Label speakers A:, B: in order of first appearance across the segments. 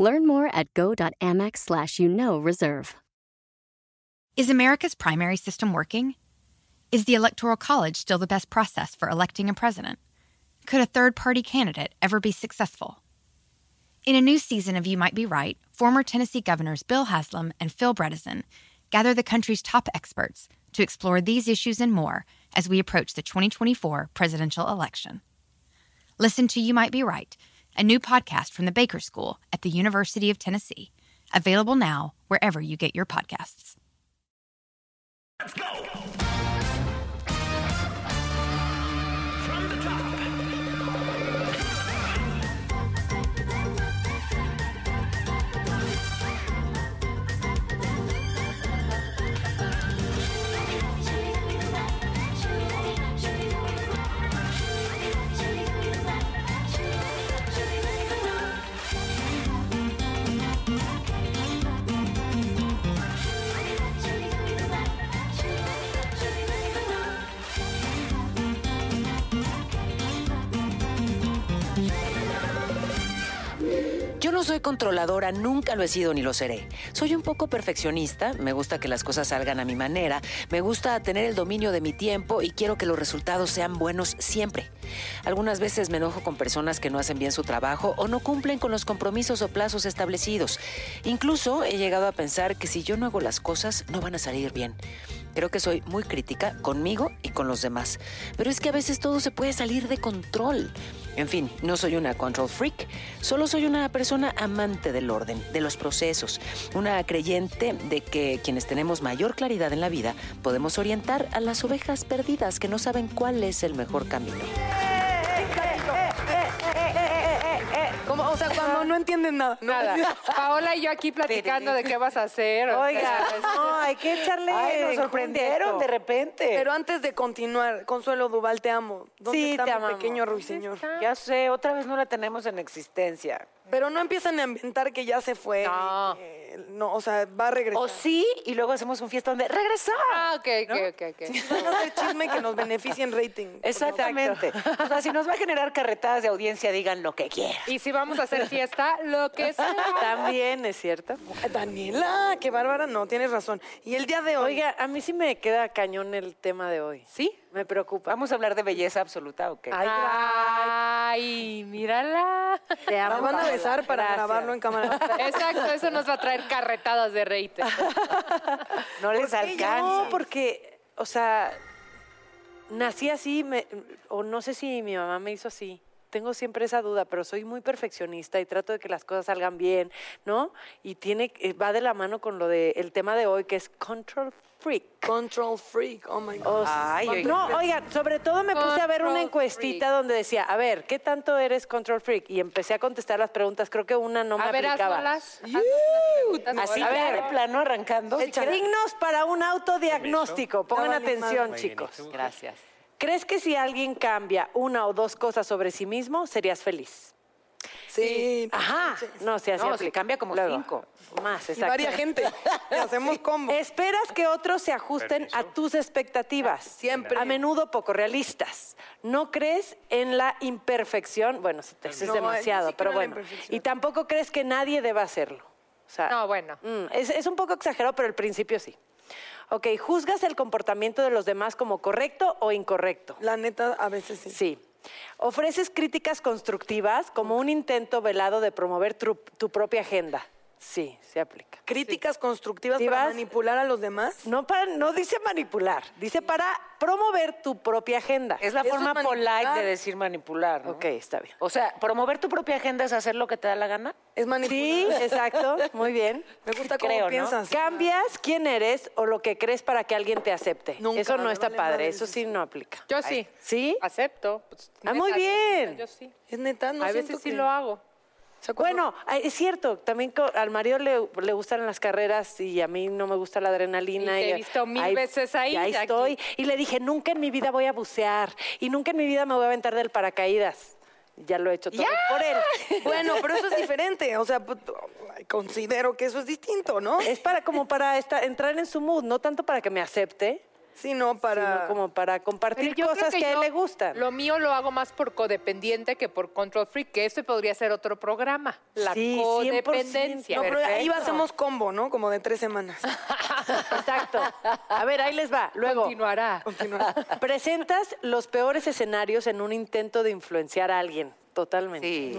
A: Learn more at go.amex slash you know reserve.
B: Is America's primary system working? Is the Electoral College still the best process for electing a president? Could a third party candidate ever be successful? In a new season of You Might Be Right, former Tennessee Governors Bill Haslam and Phil Bredesen gather the country's top experts to explore these issues and more as we approach the 2024 presidential election. Listen to You Might Be Right, a new podcast from the Baker School at the University of Tennessee, available now wherever you get your podcasts.
C: Let's go! From the top.
D: Yo no soy controladora, nunca lo he sido ni lo seré. Soy un poco perfeccionista, me gusta que las cosas salgan a mi manera, me gusta tener el dominio de mi tiempo y quiero que los resultados sean buenos siempre. Algunas veces me enojo con personas que no hacen bien su trabajo o no cumplen con los compromisos o plazos establecidos. Incluso he llegado a pensar que si yo no hago las cosas no van a salir bien. Creo que soy muy crítica conmigo y con los demás. Pero es que a veces todo se puede salir de control. En fin, no soy una control freak, solo soy una persona amante del orden, de los procesos, una creyente de que quienes tenemos mayor claridad en la vida podemos orientar a las ovejas perdidas que no saben cuál es el mejor camino.
E: Como, o sea, cuando no entienden nada. ¿no?
F: Nada. Paola y yo aquí platicando de qué vas a hacer. o
G: Oiga,
F: sea, es-
G: no, hay que echarle.
H: Ay, nos
G: contexto.
H: sorprendieron de repente.
E: Pero antes de continuar, Consuelo Duval, te amo. ¿Dónde
G: Sí,
E: está
G: te
E: mi
G: amamos.
E: pequeño ruiseñor?
H: Ya sé, otra vez no la tenemos en existencia.
E: Pero no empiezan a inventar que ya se fue.
F: No.
E: eh, no, o sea, va a regresar.
H: O sí, y luego hacemos un fiestón de regresar.
F: Ah, ok, ok, ok, ok.
E: Van a hacer chisme que nos beneficie en rating.
H: Exactamente. O sea, si nos va a generar carretadas de audiencia, digan lo que quieran.
F: Y si vamos a hacer fiesta, lo que sea.
H: También es cierto.
E: Daniela, qué bárbara. No, tienes razón. Y el día de hoy.
G: Oiga, a mí sí me queda cañón el tema de hoy.
H: ¿Sí?
G: Me preocupa.
H: ¿Vamos a hablar de belleza absoluta o qué?
G: Ay,
F: Ay, mírala.
G: te
E: la
G: amo,
E: van a
G: Paola.
E: besar para
G: Gracias.
E: grabarlo en cámara.
F: Exacto, eso nos va a traer carretadas de reite.
H: no les
G: ¿Por qué yo?
H: alcanza.
G: No, porque, o sea, nací así, me- o no sé si mi mamá me hizo así. Tengo siempre esa duda, pero soy muy perfeccionista y trato de que las cosas salgan bien, ¿no? Y tiene, eh, va de la mano con lo del el tema de hoy, que es control freak.
E: Control freak. Oh my God.
G: O
H: Ay,
G: sea,
H: oiga.
G: no, oigan, sobre todo me puse a ver una
F: Control
G: encuestita
F: freak.
G: donde decía, a ver, ¿qué tanto eres control freak? Y empecé a contestar las preguntas, creo que una no me
F: A ver,
G: aplicaba.
F: hazlas. haznos
H: Así
F: unas preguntas,
G: a
H: ya
G: ver.
H: de plano arrancando.
G: Dignos para un autodiagnóstico. Pongan
E: Estaba limado.
G: atención, chicos.
H: Gracias.
G: ¿Crees que si alguien cambia una o dos cosas sobre sí mismo, serías feliz?
E: Sí.
G: Ajá. No, se hace
H: No, si cambia como cinco.
G: Más,
E: Y
G: exacto.
E: varia gente. Y hacemos combo.
G: Esperas que otros se ajusten a tus expectativas.
E: Siempre.
G: A menudo poco realistas. No crees en la imperfección. Bueno, eso es
E: No, yo sí
G: demasiado,
E: creo
G: pero
E: en la
G: bueno.
E: imperfección.
G: Y tampoco crees que nadie deba hacerlo. O sea,
F: No, bueno.
G: mm, es, es un poco exagerado, pero al principio sí. Ok, ¿juzgas el comportamiento de los demás como correcto o incorrecto?
E: La neta, a veces sí.
G: Sí. Ofreces críticas constructivas como un intento velado de promover tu, tu propia agenda. Sí, se aplica.
E: Críticas constructivas
G: Sí,
E: para
G: vas-
E: manipular a los demás.
G: No, para, no dice manipular, dice para promover tu propia agenda.
H: Es la
E: Eso es
H: forma polite
E: manipular.
H: de decir manipular. ¿no?
G: Ok, está bien.
H: O sea, promover tu propia agenda es hacer lo que te da la gana.
E: Es
G: Sí,
E: manipular.
G: exacto, muy bien.
E: Me gusta cómo
H: creo, ¿no?
E: piensas.
G: Cambias quién eres o lo que crees para que alguien te acepte.
E: Nunca,
G: eso no
E: me
G: está
E: vale
G: padre,
E: madre
G: eso
E: si
G: sí no aplica.
F: Yo sí.
G: ¿Sí?
F: Acepto. pues,
G: Ah, muy
F: neta,
G: bien.
F: Yo sí.
E: Es neta, no
F: a
E: siento
F: veces sí
E: que-
F: lo hago.
E: sea, como-
G: Bueno, ay, es cierto, también co- al Mario le, le gustan las carreras y a mí no me gusta la adrenalina.
F: Y te he visto mil veces ahí,
G: y ahí
F: Jackie.
G: estoy. Y le dije, nunca en mi vida voy a bucear y nunca en mi vida me voy a aventar del paracaídas. Ya lo he hecho todo por él.
E: Bueno, pero eso es diferente. O sea, pu- considero que eso es distinto, ¿no?
G: Es para como para esta- entrar en su mood, no tanto para que me acepte,
E: Sino para.
G: sino como para compartir
F: Pero yo creo
G: cosas que, a él
F: yo
G: le gustan.
F: Lo mío lo hago más por codependiente que por control freak, que este podría ser otro programa. La
G: Sí, 100%.
F: codependencia.
E: No, pero ahí
G: Perfecto.
E: hacemos combo, ¿no? Como de tres semanas.
G: Exacto. A ver, ahí les va. Luego.
F: Continuará.
E: Continúa.
G: Presentas los peores escenarios en un intento de influenciar a alguien. Totalmente.
H: Sí.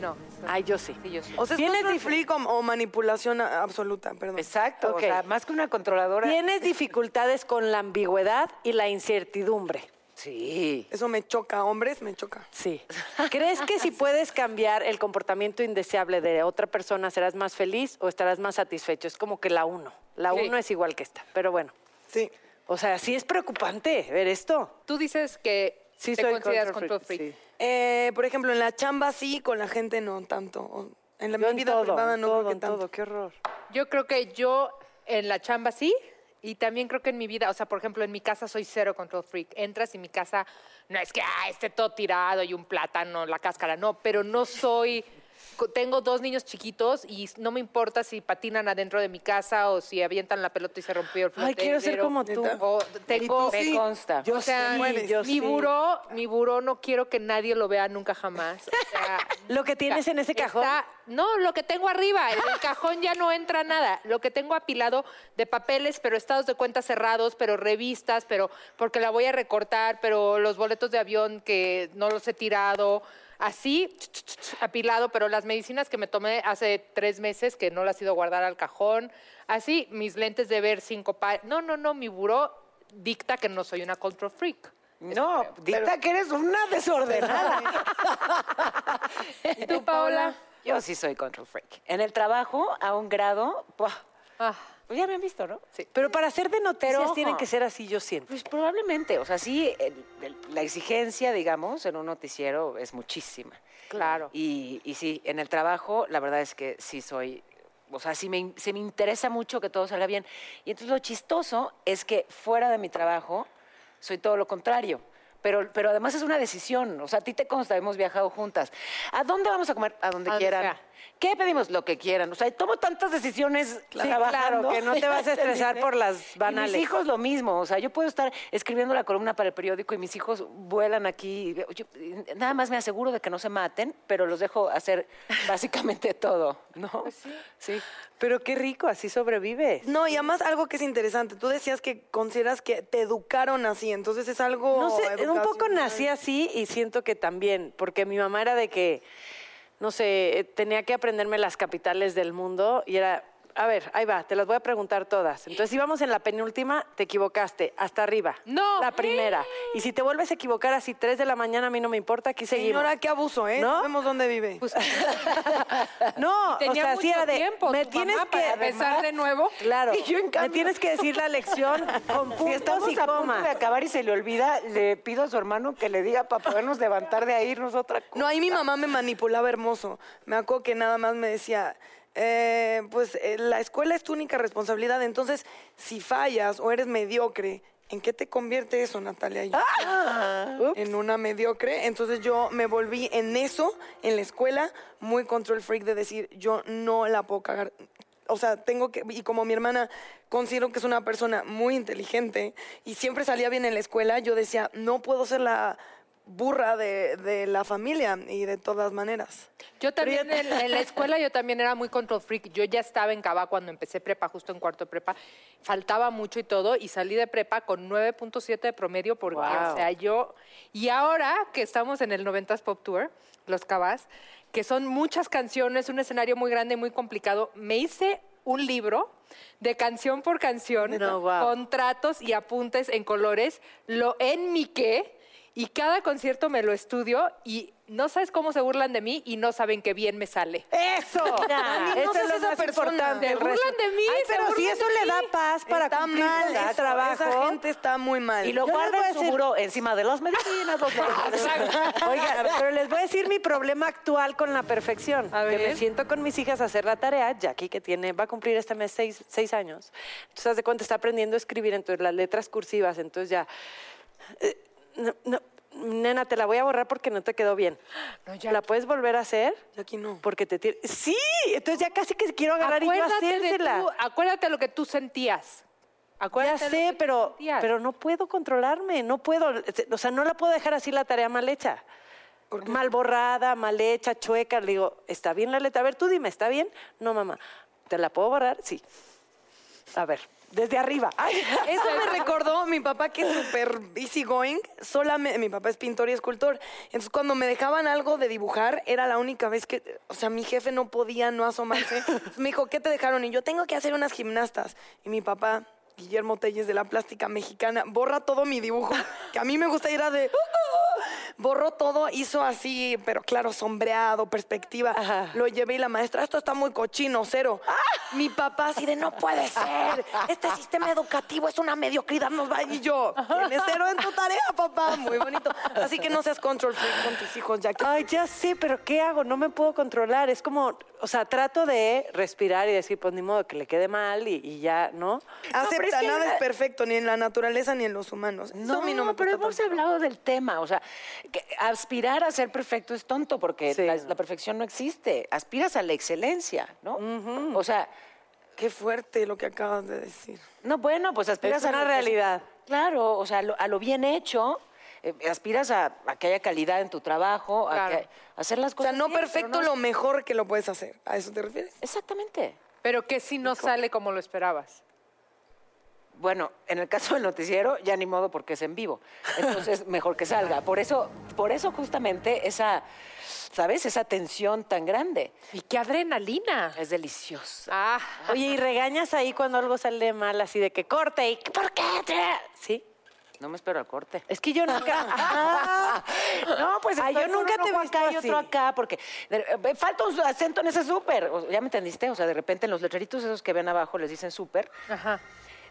F: No.
G: Ay, yo sí.
F: Sí, yo sí.
E: O sea, es
G: Tienes
E: control
G: dif-
E: freak o, o manipulación a- absoluta, perdón.
H: Exacto.
G: Ok.
H: O sea, más que una controladora.
G: Tienes dificultades con la ambigüedad y la incertidumbre.
H: Sí.
E: Eso me choca, hombres, me choca.
G: Sí. ¿Crees que si puedes cambiar el comportamiento indeseable de otra persona, serás más feliz o estarás más satisfecho? Es como que la uno. La
F: Sí.
G: uno es igual que esta. Pero bueno.
E: Sí.
G: O sea, sí es preocupante ver esto.
F: Tú dices que
G: Sí,
F: te
G: soy
F: consideras
G: control
F: control
G: freak,
F: freak.
E: Eh, por ejemplo, en la chamba sí, con la gente no tanto. O En la
G: Yo
E: mi
G: en
E: vida
G: todo,
E: privada
G: en
E: no
G: todo,
E: creo que
G: en
E: tanto.
G: todo. Qué horror.
F: Yo creo que yo en la chamba sí. Y también creo que en mi vida, o sea, por ejemplo, en mi casa soy cero control freak. Entras y mi casa no es que ah, esté todo tirado y un plátano, la cáscara, no, pero no soy. co- Tengo dos niños chiquitos y no me importa si patinan adentro de mi casa o si avientan la pelota y se rompió el
G: Ay,
F: flotero.
G: quiero ser como tú.
F: O tengo.
E: tú sí?
H: Me consta.
G: Yo
F: o sea,
G: sí,
E: mueres.
G: yo
F: mi
G: sí.
F: buró, mi buró no quiero que nadie lo vea nunca jamás. O sea,
G: Lo que tienes en ese cajón.
F: Está- no, lo que tengo arriba. En el cajón ya no entra nada. Lo que tengo apilado de papeles, pero estados de cuenta cerrados, pero revistas, pero porque la voy a recortar, pero los boletos de avión que no los he tirado. Así, ch, ch, ch, ch, apilado, pero las medicinas que me tomé hace tres meses que no las he ido a guardar al cajón. Así, mis lentes de ver cinco pa- No, no, no, mi buró dicta que no soy una control freak.
H: No, dicta que eres una desordenada.
F: ¿Y tú, Paola?
H: Yo sí soy control freak. En el trabajo, a un grado, ¡buah!
F: Ah,
H: pues ya me han visto, ¿no?
G: Pero para ser de noticias
H: Pero, ojo.
G: tienen que ser así, yo siento.
H: Pues probablemente, o sea, sí, el- el- la exigencia, digamos, en un noticiero es muchísima.
F: claro.
H: Y, y sí, en el trabajo, la verdad es que sí soy, o sea, sí me, in- se me interesa mucho que todo salga bien. Y entonces lo chistoso es que fuera de mi trabajo soy todo lo contrario. Pero, pero además es una decisión. O sea, a ti te consta, hemos viajado juntas. ¿A dónde vamos a comer? A donde
F: A donde
H: quieran.
F: sea.
H: ¿Qué pedimos? Lo que quieran. O sea, tomo tantas decisiones
G: Claro.
H: trabajando.
G: claro, que no te vas a estresar por las
H: Y
G: banales.
H: mis hijos lo mismo. O sea, yo puedo estar escribiendo la columna para el periódico y mis hijos vuelan aquí. Yo, eh, nada más me aseguro de que no se maten, pero los dejo hacer básicamente todo, ¿no? Pues sí.
G: Pero qué rico, así sobrevives.
E: No, y además algo que es interesante. Tú decías que consideras que te educaron así, entonces es algo.
G: No sé, un poco
E: educacional.
G: nací así y siento que también, porque mi mamá era de que, no sé, eh, tenía que aprenderme las capitales del mundo y era, a ver, ahí va, te las voy a preguntar todas. Entonces íbamos en la penúltima, te equivocaste, hasta arriba.
F: ¡No!
G: La primera. Y si te vuelves a equivocar así 3 de la mañana, a mí no me importa, aquí seguimos.
E: Señora, qué abuso, ¿eh?
G: ¿No?
E: Sabemos dónde vive.
G: No,
F: Tenía
G: o sea, sí
F: mucho
G: era de,
F: tiempo
G: me
F: tu
G: tienes
F: mamá
G: que
F: para empezar de nuevo.
G: Claro.
H: Y yo, en
G: me
H: cambio-
G: tienes que decir la lección con puntos
H: Si estamos
G: y
H: a punto
G: comas.
H: de acabar y se le olvida, le pido a su hermano que le diga para podernos levantar de ahí irnos a otra cosa.
E: No, ahí mi mamá me manipulaba hermoso. Me acuerdo que nada más me decía, eh, pues eh, la escuela es tu única responsabilidad, entonces si fallas o eres mediocre, ¿en qué te convierte eso, Natalia? Y yo,
H: Ah.
E: En una mediocre. Entonces yo me volví en eso, en la escuela, muy control freak de decir, yo no la puedo cagar. O sea, tengo que, y como mi hermana considero que es una persona muy inteligente y siempre salía bien en la escuela, yo decía, no puedo ser la burra de, de la familia y de todas maneras.
F: Yo también en, en la escuela yo también era muy control freak. Yo ya estaba en Cava cuando empecé prepa, justo en cuarto de prepa. Faltaba mucho y todo y salí de prepa con 9.7 de promedio porque
G: Wow.
F: o sea, yo y ahora que estamos en el 90s Pop Tour, los Cavas, que son muchas canciones, un escenario muy grande y muy complicado, me hice un libro de canción por canción
G: No, wow.
F: con contratos y apuntes en colores, lo enmiqué Y cada concierto me lo estudio y no sabes cómo se burlan de mí y no saben qué bien me sale.
G: Eso. Dani,
E: eso
G: no seas
E: es lo
G: esa
E: más
G: persona.
E: importante.
F: Se burlan de mí,
G: Ay,
F: se
G: pero si
F: burlan
G: eso
F: de
G: le da
F: mí.
G: paz para
E: está
G: cumplir
E: mal
G: su
E: eso,
G: trabajo.
E: Esa gente está muy mal.
H: Y lo
G: Yo les
H: guarda
G: voy a
H: en su
G: decir-
H: muro, encima de las medicinas, los
G: Oiga, pero les voy a decir mi problema actual con la perfección.
F: A
G: Que me
F: ver.
G: siento con mis hijas a hacer la tarea, Jackie, que tiene, va a cumplir este mes seis, seis años. Entonces, haz de cuenta, está aprendiendo a escribir, entonces las letras cursivas, entonces ya. eh, no, no, nena, te la voy a borrar porque no te quedó bien. ¿La puedes volver a hacer?
E: Jackie, no.
G: Porque te tiene. ¡Sí! Entonces ya casi que quiero agarrar y no
F: Acuérdate, de
G: hacérsela.
F: tú- acuérdate lo que tú sentías.
G: Ya
F: Acuérdate de lo que
G: sé,
F: tú
G: pero,
F: sentías.
G: pero no puedo controlarme, no puedo, este, o sea, no la puedo dejar así la tarea mal hecha. Mal borrada, mal hecha, chueca. Le digo, ¿está bien la letra? A ver, tú dime, ¿está bien? No, mamá. ¿Te la puedo borrar? Sí. A ver, desde arriba. Ay.
E: Eso me recordó mi papá que es súper easy going. Solamente, mi papá es pintor y escultor. Entonces, cuando me dejaban algo de dibujar, era la única vez que, o sea, mi jefe no podía no asomarse. Entonces, me dijo, ¿qué te dejaron? Y yo tengo que hacer unas gimnastas. Y mi papá, Guillermo Telles de la Plástica Mexicana, borra todo mi dibujo, que a mí me gusta ir a de... "Uh, Borró todo, hizo así, pero claro, sombreado, perspectiva. Lo llevé y la maestra, esto está muy cochino, cero.
G: Ah.
E: Mi papá así de, no puede ser, este sistema educativo es una mediocridad, nos va. Y yo, tienes cero en tu tarea, papá, muy bonito. Así que no seas control freak con tus hijos, Jackie.
G: Ay, ya sé, pero ¿qué hago? No me puedo controlar. Es como, o sea, trato de respirar y decir, pues ni modo que le quede mal y, y ya, ¿no?
E: Acepta, nada es perfecto, ni en la naturaleza ni en los humanos. Eso
H: No,
E: a mí no me
H: pero
E: cuesta
H: hemos
E: tanto.
H: hablado del tema. O sea, que aspirar a ser perfecto es tonto porque
G: Sí,
H: la,
G: no.
H: la perfección no existe. Aspiras a la excelencia, ¿no? O sea,
E: Qué fuerte lo que acabas de decir.
H: no, bueno, pues aspiras
G: Es
H: a
G: una
H: lo que-
G: realidad.
H: Claro, o sea, a lo, a lo bien hecho. eh, aspiras a, a que haya calidad en tu trabajo, a
F: Claro.
H: que- a hacer las
E: O sea,
H: cosas.
E: no
H: bien, pero
E: perfecto, lo mejor que lo puedes hacer. ¿A eso te refieres?
H: Exactamente.
F: Pero que si no sale como lo esperabas.
H: Bueno, en el caso del noticiero, ya ni modo porque es en vivo. Entonces, mejor que salga. Por eso, por eso justamente esa, ¿sabes? Esa tensión tan grande.
F: Y qué adrenalina.
H: Es deliciosa.
F: Ah,
G: Oye, ¿y regañas ahí cuando algo sale mal, así de que corte y ¿por qué? Sí.
H: No me espero al corte.
G: Es que yo nunca.
F: Ah.
G: Ajá.
H: No, pues
G: Ay,
H: estoy
G: Ah. yo
H: con
G: nunca
H: un
G: te he
H: ojo
G: visto
H: acá y otro
G: así.
H: acá, porque de- eh, falta un acento en ese súper. O- ¿Ya me entendiste? O sea, de repente en los letreritos esos que ven abajo les dicen súper.
F: ajá.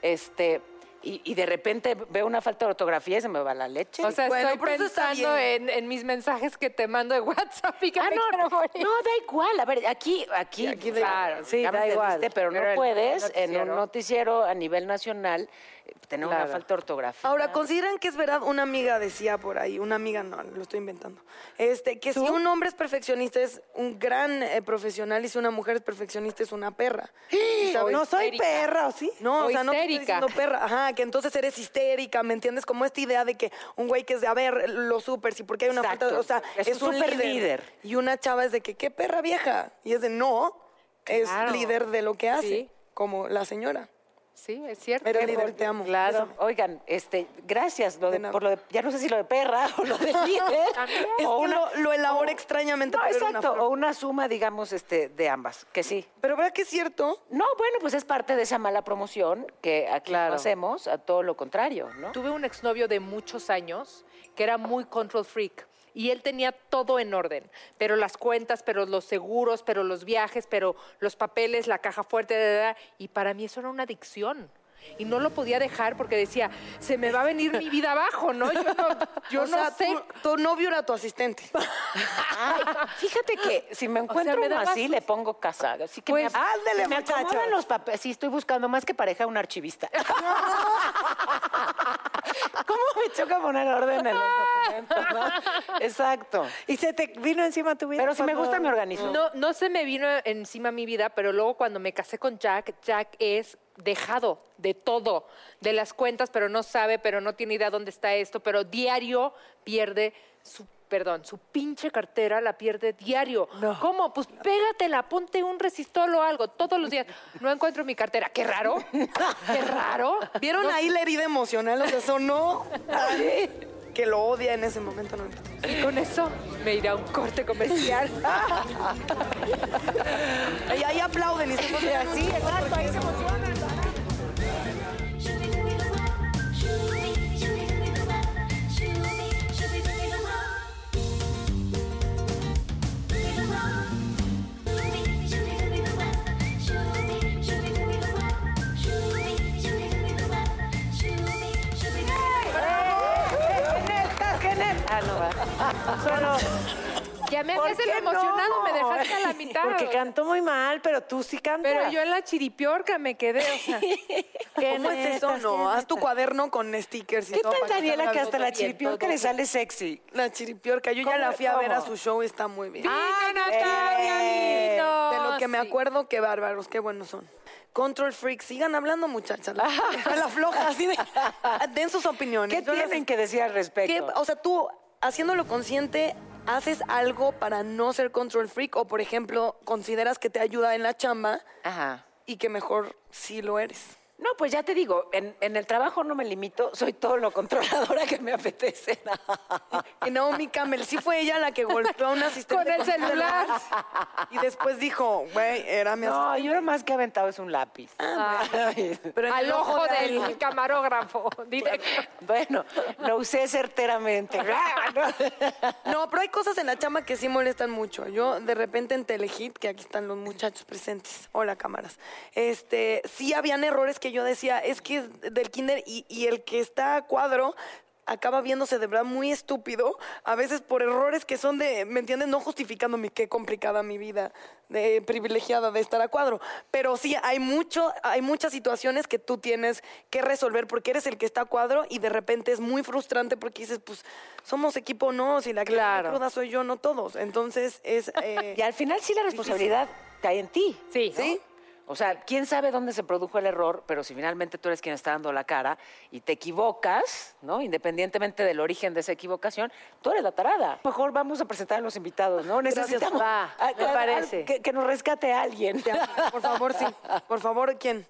H: Este, y, y de repente veo una falta de ortografía y se me va la leche.
F: O sea,
E: Bueno,
F: estoy
E: pero eso está
F: pensando en, en mis mensajes que te mando de WhatsApp y que
H: Ah,
F: me
H: no,
F: quiero morir.
H: no, da igual. A ver, aquí, aquí,
F: da igual.
H: claro,
G: Sí,
H: ya me
G: da igual.
H: entendiste, Pero no
F: Pero en
H: puedes
F: un
H: en un
F: noticiero.
H: noticiero a nivel nacional eh, tener una
G: Claro.
H: falta de ortografía.
E: Ahora, ¿consideran que es verdad? Una amiga decía por ahí, una amiga, no, lo estoy inventando, este, que si un hombre es perfeccionista es un gran eh, profesional y si una mujer es perfeccionista es una perra. ¿Sí sabes?
G: No soy
F: histérica.
G: perra, ¿o sí?
E: No,
F: o
E: o sea, no te estoy
F: histérica.
E: diciendo perra, ajá, que entonces eres histérica, ¿me entiendes? Como esta idea de que un güey que es de, a ver, lo super, sí, porque hay una
H: Exacto.
E: falta, o sea,
H: Es
E: es,
H: un
E: un
H: superlíder.
E: líder. Y una chava es de que, qué perra vieja, y es de, no,
F: Claro.
E: es líder de lo que hace,
F: Sí.
E: como la señora.
F: Sí, es cierto.
E: Eres líder, te amo.
H: Claro. Oigan, este, gracias lo de-
E: De nada.
H: por lo de, ya no sé si lo de perra o lo de líder.
F: También.
E: Es
H: o
E: que
H: una-
E: lo, lo elaboré extrañamente.
H: No,
E: pero era una
H: exacto,
E: forma.
H: o una suma, digamos, este, de ambas, que sí.
E: Pero ¿verdad que es cierto?
H: No, bueno, pues es parte de esa mala promoción que aquí no
G: Claro.
H: hacemos, a todo lo contrario, ¿no?
F: Tuve un exnovio de muchos años que era muy control freak y él tenía todo en orden, pero las cuentas, pero los seguros, pero los viajes, pero los papeles, la caja fuerte, da, da, da, y para mí eso era una adicción. Y no lo podía dejar porque decía, se me va a venir mi vida abajo, ¿no? Yo no, yo
E: o
F: no
E: sea,
F: sé.
E: Tu, tu novio era tu asistente.
H: Ay, fíjate que si me encuentro
F: me
H: uno
F: daba
H: así,
F: sus-
H: le pongo casa. Así que
F: Pues,
H: me, ap-
G: ándele,
H: me acomodan
G: muchachos.
H: los papeles. Sí, estoy buscando más que pareja un archivista. ¿Cómo me choca poner orden en los documentos? no? Exacto.
G: ¿Y se te vino encima tu vida?
H: Pero si me gusta, me organizo.
F: No, no se me vino encima mi vida, pero luego cuando me casé con Jack, Jack es dejado de todo, de las cuentas, pero no sabe, pero no tiene idea dónde está esto, pero diario pierde su, perdón, su pinche cartera la pierde diario. ¿Cómo? Pues pégatela, ponte un resistol o algo, todos los días. No encuentro mi cartera, qué raro, qué raro.
E: ¿Vieron ahí la herida emocional? O sea, sonó tan- que lo odia en ese momento. No,
F: Y con eso me irá a un corte comercial.
E: ahí, ahí aplauden y se ponen así.
D: Shoo-be, shoo-be, shoo-be, shoo-be, shoo-be, shoo-be, shoo-be,
I: Pero,
F: Ya me
I: ¿por
F: haces el
I: qué no?
F: emocionado, me dejaste a la mitad.
I: Porque
F: o sea.
I: canto muy mal, pero tú sí cantas.
F: Pero yo en la chiripiorca me quedé, o sea.
E: ¿Cómo es eso? No, haz tu cuaderno con stickers y
H: ¿Qué
E: todo.
H: tal,
E: para que
H: Daniela,
E: salga
H: que hasta
E: todo
H: la
E: bien,
H: chiripiorca
E: todo
H: le
E: bien?
H: sale sexy?
E: La chiripiorca, yo ya
I: ¿Cómo?
E: la fui a ver a
I: ¿Cómo?
E: su show, está muy bien.
H: Ah,
F: ¡Ay, Natalia,
E: De lo
F: amigos!
E: que me
F: Sí.
E: acuerdo, qué bárbaros, qué buenos son. Control Freak, sigan hablando, muchachas. La, la floja, así de. Den sus opiniones.
H: ¿Qué
E: Yo las-
H: tienen que decir al
E: ¿Qué-
H: respecto?
E: o sea, tú, haciéndolo consciente, ¿haces algo para no ser control freak? O, por ejemplo, ¿consideras que te ayuda en la chamba
H: Ajá.
E: y que mejor sí lo eres?
H: No, pues ya te digo, en, en el trabajo no me limito, soy todo lo controladora que me apetece.
E: Y Naomi Campbell, sí fue ella la que golpeó a un asistente.
F: Con el celular.
E: Y después dijo, güey, era mi Ah,
H: No, yo lo más que he aventado es un lápiz.
E: pero en
F: Al
E: el
F: ojo
E: alguien.
F: del camarógrafo, directo.
H: Bueno, lo usé certeramente.
E: Ah, No, pero hay cosas en la chamba que sí molestan mucho. Yo de repente en Telehit, que aquí están los muchachos presentes, hola cámaras, este, sí habían errores que yo decía, es que es del kinder y, y el que está a cuadro acaba viéndose de verdad muy estúpido, a veces por errores que son de, ¿me entiendes? No justificando mi qué complicada mi vida de privilegiada de estar a cuadro, pero sí hay mucho, hay muchas situaciones que tú tienes que resolver porque eres el que está a cuadro y de repente es muy frustrante porque dices, pues somos equipo, no, si la claro. cruda soy yo, no todos. Entonces es... eh,
H: Y al final sí la responsabilidad cae en ti.
F: Sí.
H: ¿no? O sea, quién sabe dónde se produjo el error, pero si finalmente tú eres quien está dando la cara y te equivocas, ¿no? Independientemente del origen de esa equivocación, tú eres la tarada. Mejor vamos a presentar a los invitados, ¿no? Necesitamos
I: Va,
H: a-
I: me
H: a- a-
I: parece.
H: que, que nos rescate alguien.
E: te amo. por favor, sí. Por favor, ¿quién?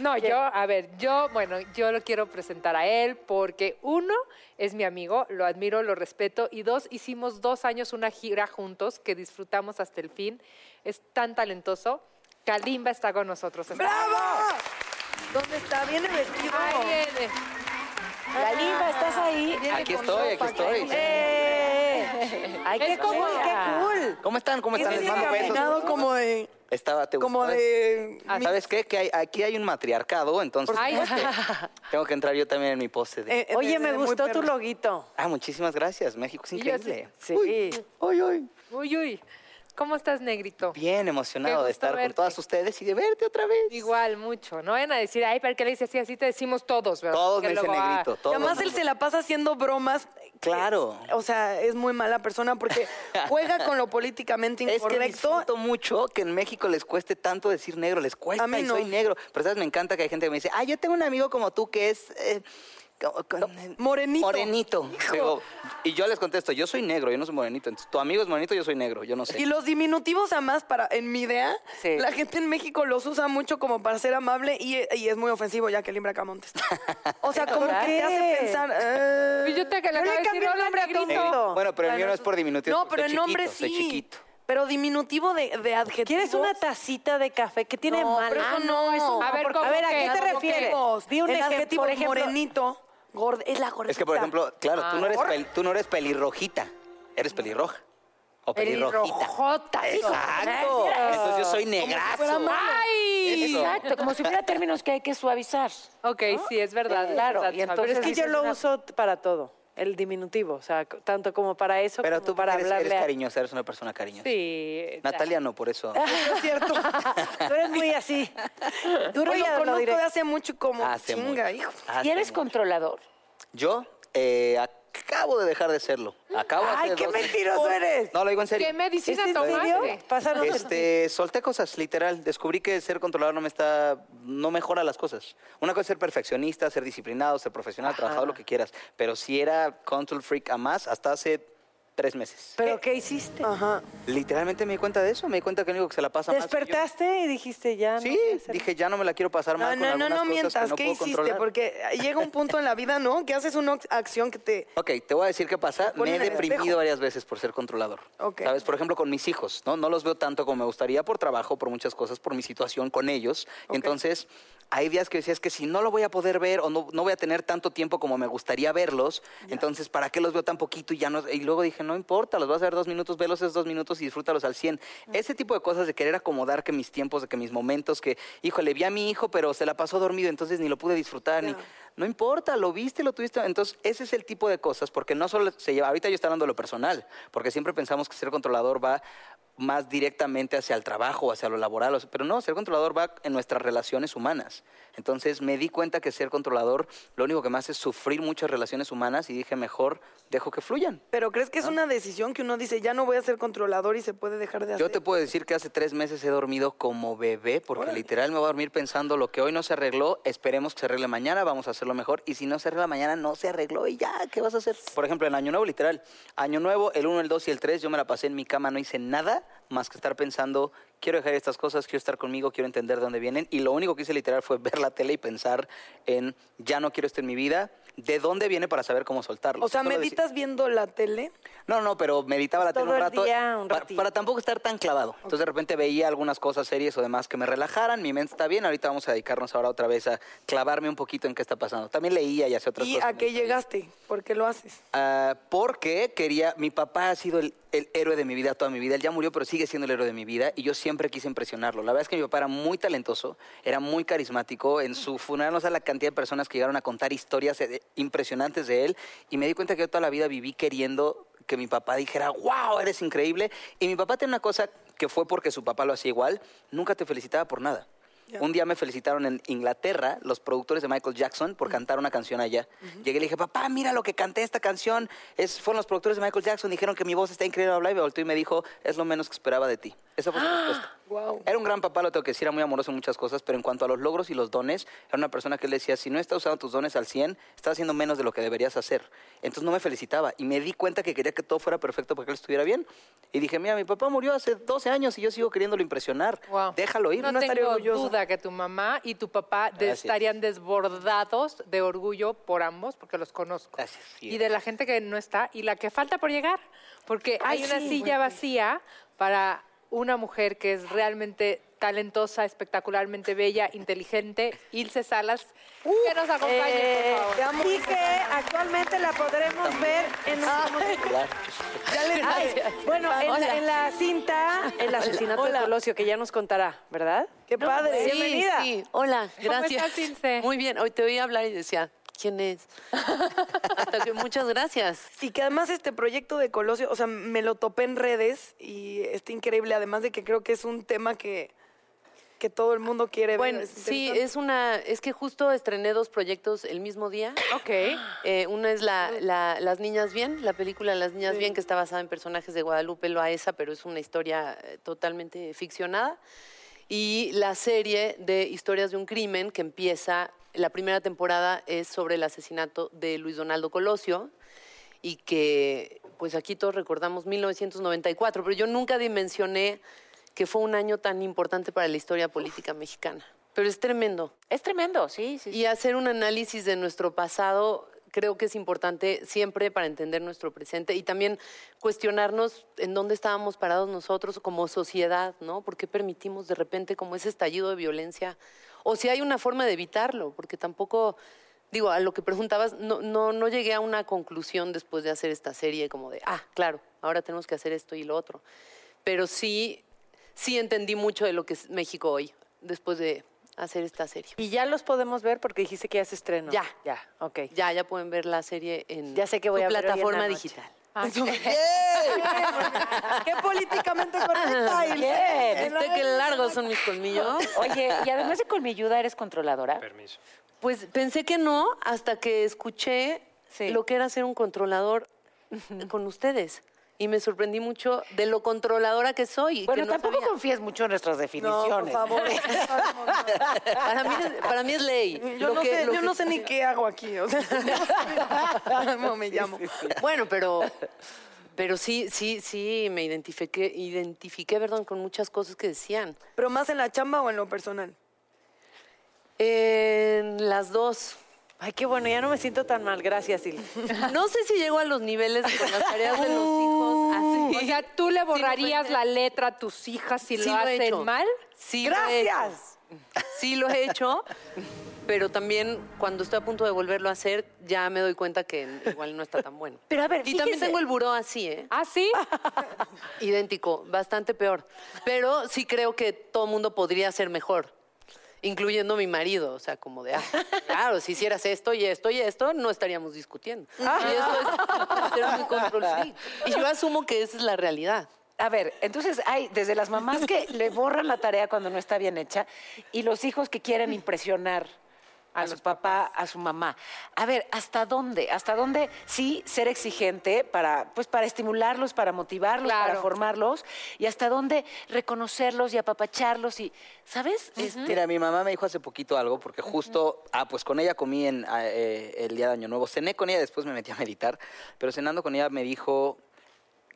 F: No, yo, a ver, yo, bueno, yo lo quiero presentar a él porque uno, es mi amigo, lo admiro, lo respeto, y dos, hicimos dos años una gira juntos que disfrutamos hasta el fin. Es tan talentoso. Kalimba está con nosotros. esta
E: Pues, ¡Bravo! ¿Dónde está? Viene vestido.
F: Ahí viene.
I: Kalimba, ¿estás ahí?
E: Viene
J: Aquí
E: con
J: estoy,
E: ropa
J: aquí
E: que-
J: estoy.
I: ¡Eh! ¡Ay, qué
F: Es como-
I: cool! ¡Qué cool!
J: ¿Cómo están? ¿Cómo
E: Es
J: están? Les
E: ese
J: mando
E: caminado
J: besos.
E: como de...
J: Estaba, te
E: Como
J: gustaba.
E: de...
I: Ah,
J: ¿Sabes qué? Que hay- aquí hay un matriarcado, entonces
F: Ay,
J: tengo que entrar yo también en mi pose. de-
E: eh, eh,
I: este. Oye,
E: de-
I: me
E: de muy
I: gustó tu
E: perro.
I: loguito.
J: Ah, muchísimas gracias. México es
F: Y yo así-
J: increíble.
I: Sí.
J: Uy, uy.
F: uy, uy. ¿Cómo estás, negrito?
J: Bien emocionado
F: Qué
J: de
F: gusto
J: estar
F: verte.
J: con todas ustedes y de verte otra vez.
F: Igual, mucho. No vayan a decir, ay, ¿para qué le dices así? Así te decimos todos, ¿verdad?
J: Todos
F: Que
J: me dicen
F: luego, ah,
J: negrito,
E: Y
J: todos.
E: además él se la pasa haciendo bromas. que
J: Claro.
E: es- o sea, es muy mala persona porque juega con lo políticamente
J: Es que
E: incorrecto.
J: disfruto mucho que en México les cueste tanto decir negro, les cuesta
E: A mí
J: y
E: no.
J: soy negro. Pero sabes, me encanta que hay gente que me dice, ah, yo tengo un amigo como tú que es eh, co- con-
E: Morenito.
J: Morenito. Digo, y yo les contesto, yo soy negro, yo no soy morenito. Entonces, tu amigo es morenito, yo soy negro, yo no sé. Eh,
E: y los diminutivos, además, para, en mi idea,
H: Sí.
E: la gente en México los usa mucho como para ser amable y, y es muy ofensivo ya que Limbra Camontes. O sea, como que te hace pensar. eh,
F: Y yo te que le
I: Yo le
F: acabo de decir,
I: cambié el
F: hola,
I: nombre a todo
F: negrito.
I: mundo.
J: Negro. Bueno, pero el mío no es por diminutivo.
E: No,
J: es
E: pero
J: de
E: el nombre
J: chiquito, de
E: sí.
J: chiquito.
E: Pero diminutivo de, de adjetivo.
I: ¿Quieres una tacita de café? ¿Qué tiene de
E: No,
I: malo?
E: pero eso
I: Ah,
E: no, eso no,
I: A ver,
F: porque-
I: a, ver ¿a
F: ¿cómo
I: qué
F: que?
I: te
F: ¿Cómo
I: refieres?
E: Adjetivos.
I: Di un
E: el
I: ejemplo,
E: adjetivo
I: por ejemplo.
E: morenito, gorda, es la gordita.
J: Es que, por ejemplo, claro, tú, no eres
E: gorra.
J: pel- tú no eres pelirrojita, eres pelirroja. O pelirrojita.
F: Pelirrojota, eso.
J: Exacto. Entonces yo soy negrazo.
F: ¡Ay!
J: Eso.
H: Exacto, como si fuera términos que hay que suavizar.
F: Ok, sí, es verdad. es
H: Claro,
F: verdad,
H: y entonces
F: Fabi.
I: Pero es que yo
H: dices
I: lo
H: una-
I: uso para todo, el diminutivo, o sea, c- tanto como para eso
J: Pero
I: como
J: tú
I: para
J: eres,
I: hablarle
J: eres
I: a-
J: cariñosa, eres una persona cariñosa.
F: Sí.
J: Natalia Eh, no, por eso.
E: Es cierto.
I: Tú eres muy así. Tú
E: Yo
I: eres
E: lo
I: lo
E: conozco
I: directo.
E: de hace mucho y como
J: Ah, Hace
E: chinga,
J: mucho.
E: hijo.
J: Hace
H: ¿Y eres
J: mucho.
H: controlador?
J: Yo eh, acabo de dejar de serlo. Acabo
I: Ay,
J: hace
I: qué
J: dos-
I: mentiroso eres.
J: No, lo digo en serio.
F: ¿Qué medicina
I: ¿Es en serio?
F: tomaste?
I: Pásanos el-
J: Este, solté cosas, literal. Descubrí que ser controlador no me está, no mejora las cosas. Una cosa es ser perfeccionista, ser disciplinado, ser profesional, trabajador, lo que quieras. Pero si era control freak a más hasta hace tres meses.
I: ¿Pero qué hiciste?
E: Ajá.
J: Literalmente me di cuenta de eso. Me di cuenta que el único que se la pasa más soy yo.
I: ¿Despertaste y dijiste ya? no
J: Sí,
I: voy a hacer-
J: dije ya no me la quiero pasar
E: No,
J: mal con
E: no, no,
J: algunas
E: no
J: cosas que
E: mientas. ¿Qué
J: puedo
E: hiciste?
J: controlar.
E: Porque llega un punto en la vida, ¿no? Que haces una acción que te.
J: Ok, te voy a decir qué pasa. Me
E: pone
J: he
E: en el
J: deprimido
E: espejo.
J: varias veces por ser controlador.
E: Ok.
J: ¿Sabes? Por ejemplo, con mis hijos, ¿no? No los veo tanto como me gustaría por trabajo, por muchas cosas, por mi situación con ellos. Y Entonces, hay días que decías que si no lo voy a poder ver o no, no voy a tener tanto tiempo como me gustaría verlos, entonces, ¿para qué los veo tan poquito? Y ya no. Y luego dije, dije, no importa, los vas a ver dos minutos, velos esos dos minutos y disfrútalos al 100. Ese tipo de cosas de querer acomodar que mis tiempos, de que mis momentos, que, híjole, vi a mi hijo, pero se la pasó dormido, entonces ni lo pude disfrutar, ni... No importa, lo viste, lo tuviste. Entonces, ese es el tipo de cosas, porque no solo se lleva, ahorita yo estoy hablando de lo personal, porque siempre pensamos que ser controlador va más directamente hacia el trabajo, hacia lo laboral, o sea, pero no, ser controlador va en nuestras relaciones humanas. Entonces me di cuenta que ser controlador lo único que me hace es sufrir muchas relaciones humanas y dije, mejor dejo que fluyan.
E: Pero crees que es una decisión que uno dice, ya no voy a ser controlador y se puede dejar de hacer.
J: Yo te puedo decir que hace tres meses he dormido como bebé, porque literal me voy a dormir pensando lo que hoy no se arregló, esperemos que se arregle mañana, vamos a hacerlo mejor, y si no se arregla mañana, no se arregló y ya, ¿qué vas a hacer? Por ejemplo, en Año Nuevo, literal, Año Nuevo, el 1, el 2 y el 3, yo me la pasé en mi cama, no hice nada más que estar pensando, quiero dejar estas cosas, quiero estar conmigo, quiero entender de dónde vienen, y lo único que hice literal fue ver la tele y pensar en, ya no quiero esto en mi vida, de dónde viene para saber cómo soltarlo.
E: O sea,
J: Solo decir-
E: ¿meditas viendo la tele?
J: no, no, pero meditaba la tele
G: Todo
J: un
G: el
J: rato.
G: día, un
J: pa- para,
G: ratito.
J: tampoco estar tan clavado. Entonces de repente veía algunas cosas, series o demás que me relajaran. Mi mente está bien. Ahorita vamos a dedicarnos ahora otra vez a clavarme un poquito en qué está pasando. También leía y hacía otras
E: ¿Y
J: cosas. que
E: a
J: me
E: qué
J: gustaban.
E: llegaste? ¿Por qué lo haces?
J: Ah, porque quería, mi papá ha sido el, el héroe de mi vida toda mi vida, él ya murió, pero sigue siendo el héroe de mi vida y yo siempre quise impresionarlo. La verdad es que mi papá era muy talentoso, era muy carismático, en su funeral no sé la cantidad de personas que llegaron a contar historias eh, impresionantes de él y me di cuenta que yo toda la vida viví queriendo que mi papá dijera, wow, eres increíble. Y mi papá tiene una cosa que fue porque su papá lo hacía igual, nunca te felicitaba por nada. Un día me felicitaron en Inglaterra los productores de Michael Jackson por cantar una canción allá. Llegué y le dije, papá, mira lo que canté esta canción. Es, fueron los productores de Michael Jackson, dijeron que mi voz está increíble, bla, bla, y me volteó y me dijo, es lo menos que esperaba de ti. Esa fue
F: ¡Ah!
J: su respuesta.
E: Wow.
J: Era un gran papá, lo tengo que decir, era muy amoroso en muchas cosas, pero en cuanto a los logros y los dones, era una persona que le decía, si no estás usando tus dones al 100, estás haciendo menos de lo que deberías hacer. Entonces no me felicitaba y me di cuenta que quería que todo fuera perfecto para que él estuviera bien. Y dije, mira, mi papá murió hace 12 años y yo sigo queriéndolo impresionar.
F: Wow.
J: Déjalo ir.
F: No,
E: estaría
F: tengo
E: orgullosa.
F: duda que tu mamá y tu papá de-
J: Gracias.
F: estarían desbordados de orgullo por ambos, porque los conozco.
J: Gracias, sí.
F: Y de la gente que no está y la que falta por llegar, porque hay una silla vacía para una mujer que es realmente talentosa, espectacularmente bella, inteligente, Ilse Salas, que nos acompañe,
G: Eh,
F: por favor.
G: y que actualmente la podremos ver en un...
J: Ah.
G: Bueno, en, la- en la cinta, el asesinato de Colosio, que ya nos contará, ¿verdad?
E: ¡Qué
I: pues,
E: padre!
G: Bienvenida.
K: Sí, hola, gracias.
F: estás, Ilse?
K: Muy bien, hoy te oí hablar y decía, ¿quién es? Hasta que muchas gracias.
E: Sí, que además este proyecto de Colosio, o sea, me lo topé en redes y está increíble, además de que creo que es un tema que, que todo el mundo quiere
K: Bueno,
E: ver.
K: sí,
E: interesante.
K: es una, es que justo estrené dos proyectos el mismo día.
F: Ok.
K: Eh, una es la, la- Las Niñas Bien, la película Las Niñas Bien, que está basada en personajes de Guadalupe Loaesa, pero es una historia eh, totalmente ficcionada. Y la serie de Historias de un Crimen, que empieza, la primera temporada es sobre el asesinato de Luis Donaldo Colosio, y que pues aquí todos recordamos 1994, pero yo nunca dimensioné que fue un año tan importante para la historia política mexicana. Pero es tremendo.
H: Es tremendo, sí, sí. sí.
K: Y hacer un análisis de nuestro pasado creo que es importante siempre para entender nuestro presente y también cuestionarnos en dónde estábamos parados nosotros como sociedad, ¿no? ¿Por qué permitimos de repente como ese estallido de violencia? O si hay una forma de evitarlo, porque tampoco, digo, a lo que preguntabas, no, no, no llegué a una conclusión después de hacer esta serie como de, ah, claro, ahora tenemos que hacer esto y lo otro. Pero sí, sí entendí mucho de lo que es México hoy, después de hacer esta serie.
G: Y ya los podemos ver porque dijiste que ya se estrenó.
K: Ya.
G: Ya, ok.
K: Ya, ya pueden ver la serie en
G: Ya sé que voy
K: su
G: a ver hoy en la
K: plataforma
G: noche. Ah,
K: digital.
E: ¡Qué políticamente correcta! Ilse! En la
K: ¿Viste qué
E: red.
K: largos son mis colmillos?
H: Oye, y además de colmilluda, ¿eres controladora?
L: Permiso.
K: Pues pensé que no hasta que escuché
H: Sí.
K: lo que era ser un controlador con ustedes. Y me sorprendí mucho de lo controladora que soy. y que
H: Bueno,
K: no
H: tampoco
K: sabía.
H: confíes mucho en nuestras
E: No,
H: definiciones.
E: por favor.
K: Para mí, es- para mí es ley.
E: Yo,
K: Lo
E: no,
K: que-
E: sé,
K: lo
E: yo
K: que-
E: no sé ni qué hago aquí. O sea, no me llamo.
K: Bueno, pero, pero sí, sí, sí, me identifiqué, identifiqué perdón, con muchas cosas que decían.
E: ¿Pero más en la chamba o en lo personal?
K: En las dos.
G: Ay, qué bueno, ya no me siento tan mal. Gracias, Sil.
K: No sé si llego a los niveles con las tareas de los hijos. Así.
F: O sea, ¿tú le borrarías
K: pensé.
F: la letra a tus hijas si
K: Sí
F: lo
K: he
F: hacen
K: hecho.
F: mal?
K: Sí lo he hecho. Sí lo he hecho.
I: pero también cuando estoy a punto de volverlo a hacer, ya me doy cuenta que igual no está tan bueno.
H: Pero a ver,
I: y también
H: fíjese.
I: tengo el buró así, ¿eh?
F: ¿Ah, sí?
I: Idéntico, bastante peor. Pero sí creo que todo mundo podría ser mejor, incluyendo mi marido. O sea, como de, ah, claro, si hicieras esto y esto y esto, no estaríamos discutiendo. Y eso es ser muy control freak. Y yo asumo que esa es la realidad.
H: A ver, entonces hay desde las mamás que le borran la tarea cuando no está bien hecha y los hijos que quieren impresionar a, su papá, a su mamá. A ver, ¿hasta dónde? ¿Hasta dónde sí ser exigente para, pues, para estimularlos, para motivarlos, para
F: Claro.
H: formarlos? ¿Y hasta dónde reconocerlos y apapacharlos? Y, ¿Sabes? Este,
J: Mira, mi mamá me dijo hace poquito algo, porque justo, ah, pues con ella comí en, ah, eh, el día de Año Nuevo. Cené con ella, después me metí a meditar, pero cenando con ella me dijo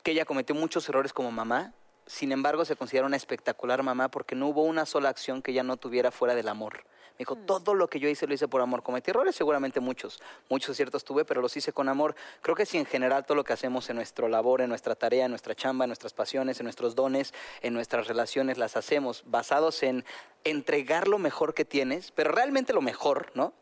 J: que ella cometió muchos errores como mamá, sin embargo se considera una espectacular mamá porque no hubo una sola acción que ella no tuviera fuera del amor. Me dijo, todo lo que yo hice lo hice por amor. Cometí errores, seguramente muchos. Muchos aciertos tuve, pero los hice con amor. Creo que si en general todo lo que hacemos en nuestro labor, en nuestra tarea, en nuestra chamba, en nuestras pasiones, en nuestros dones, en nuestras relaciones, las hacemos basados en entregar lo mejor que tienes, pero realmente lo mejor, ¿no?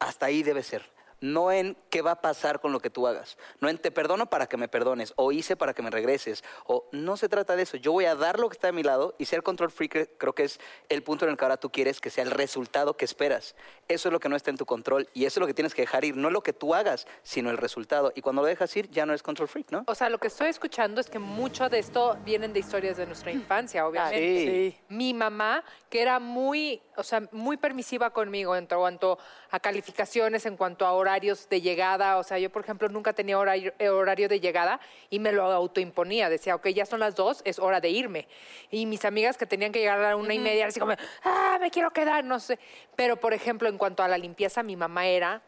J: hasta ahí debe ser. No en qué va a pasar con lo que tú hagas. No en te perdono para que me perdones o hice para que me regreses. O no se trata de eso. Yo voy a dar lo que está a mi lado y ser control freak cre- creo que es el punto en el que ahora tú quieres que sea el resultado que esperas. Eso es lo que no está en tu control y eso es lo que tienes que dejar ir. No lo que tú hagas, sino el resultado. Y cuando lo dejas ir, ya no eres control freak, ¿no?
F: O sea, lo que estoy escuchando es que mucho de esto vienen de historias de nuestra infancia, obviamente.
J: Mm. Sí.
F: Mi mamá, que era muy, o sea, muy permisiva conmigo en cuanto a calificaciones, en cuanto a horarios de llegada. O sea, yo, por ejemplo, nunca tenía horario, eh, horario de llegada y me lo autoimponía. Decía, ok, ya son las dos, es hora de irme. Y mis amigas que tenían que llegar a la una y media, así como, ah, me quiero quedar, no sé. Pero, por ejemplo, en cuanto a la limpieza, mi mamá era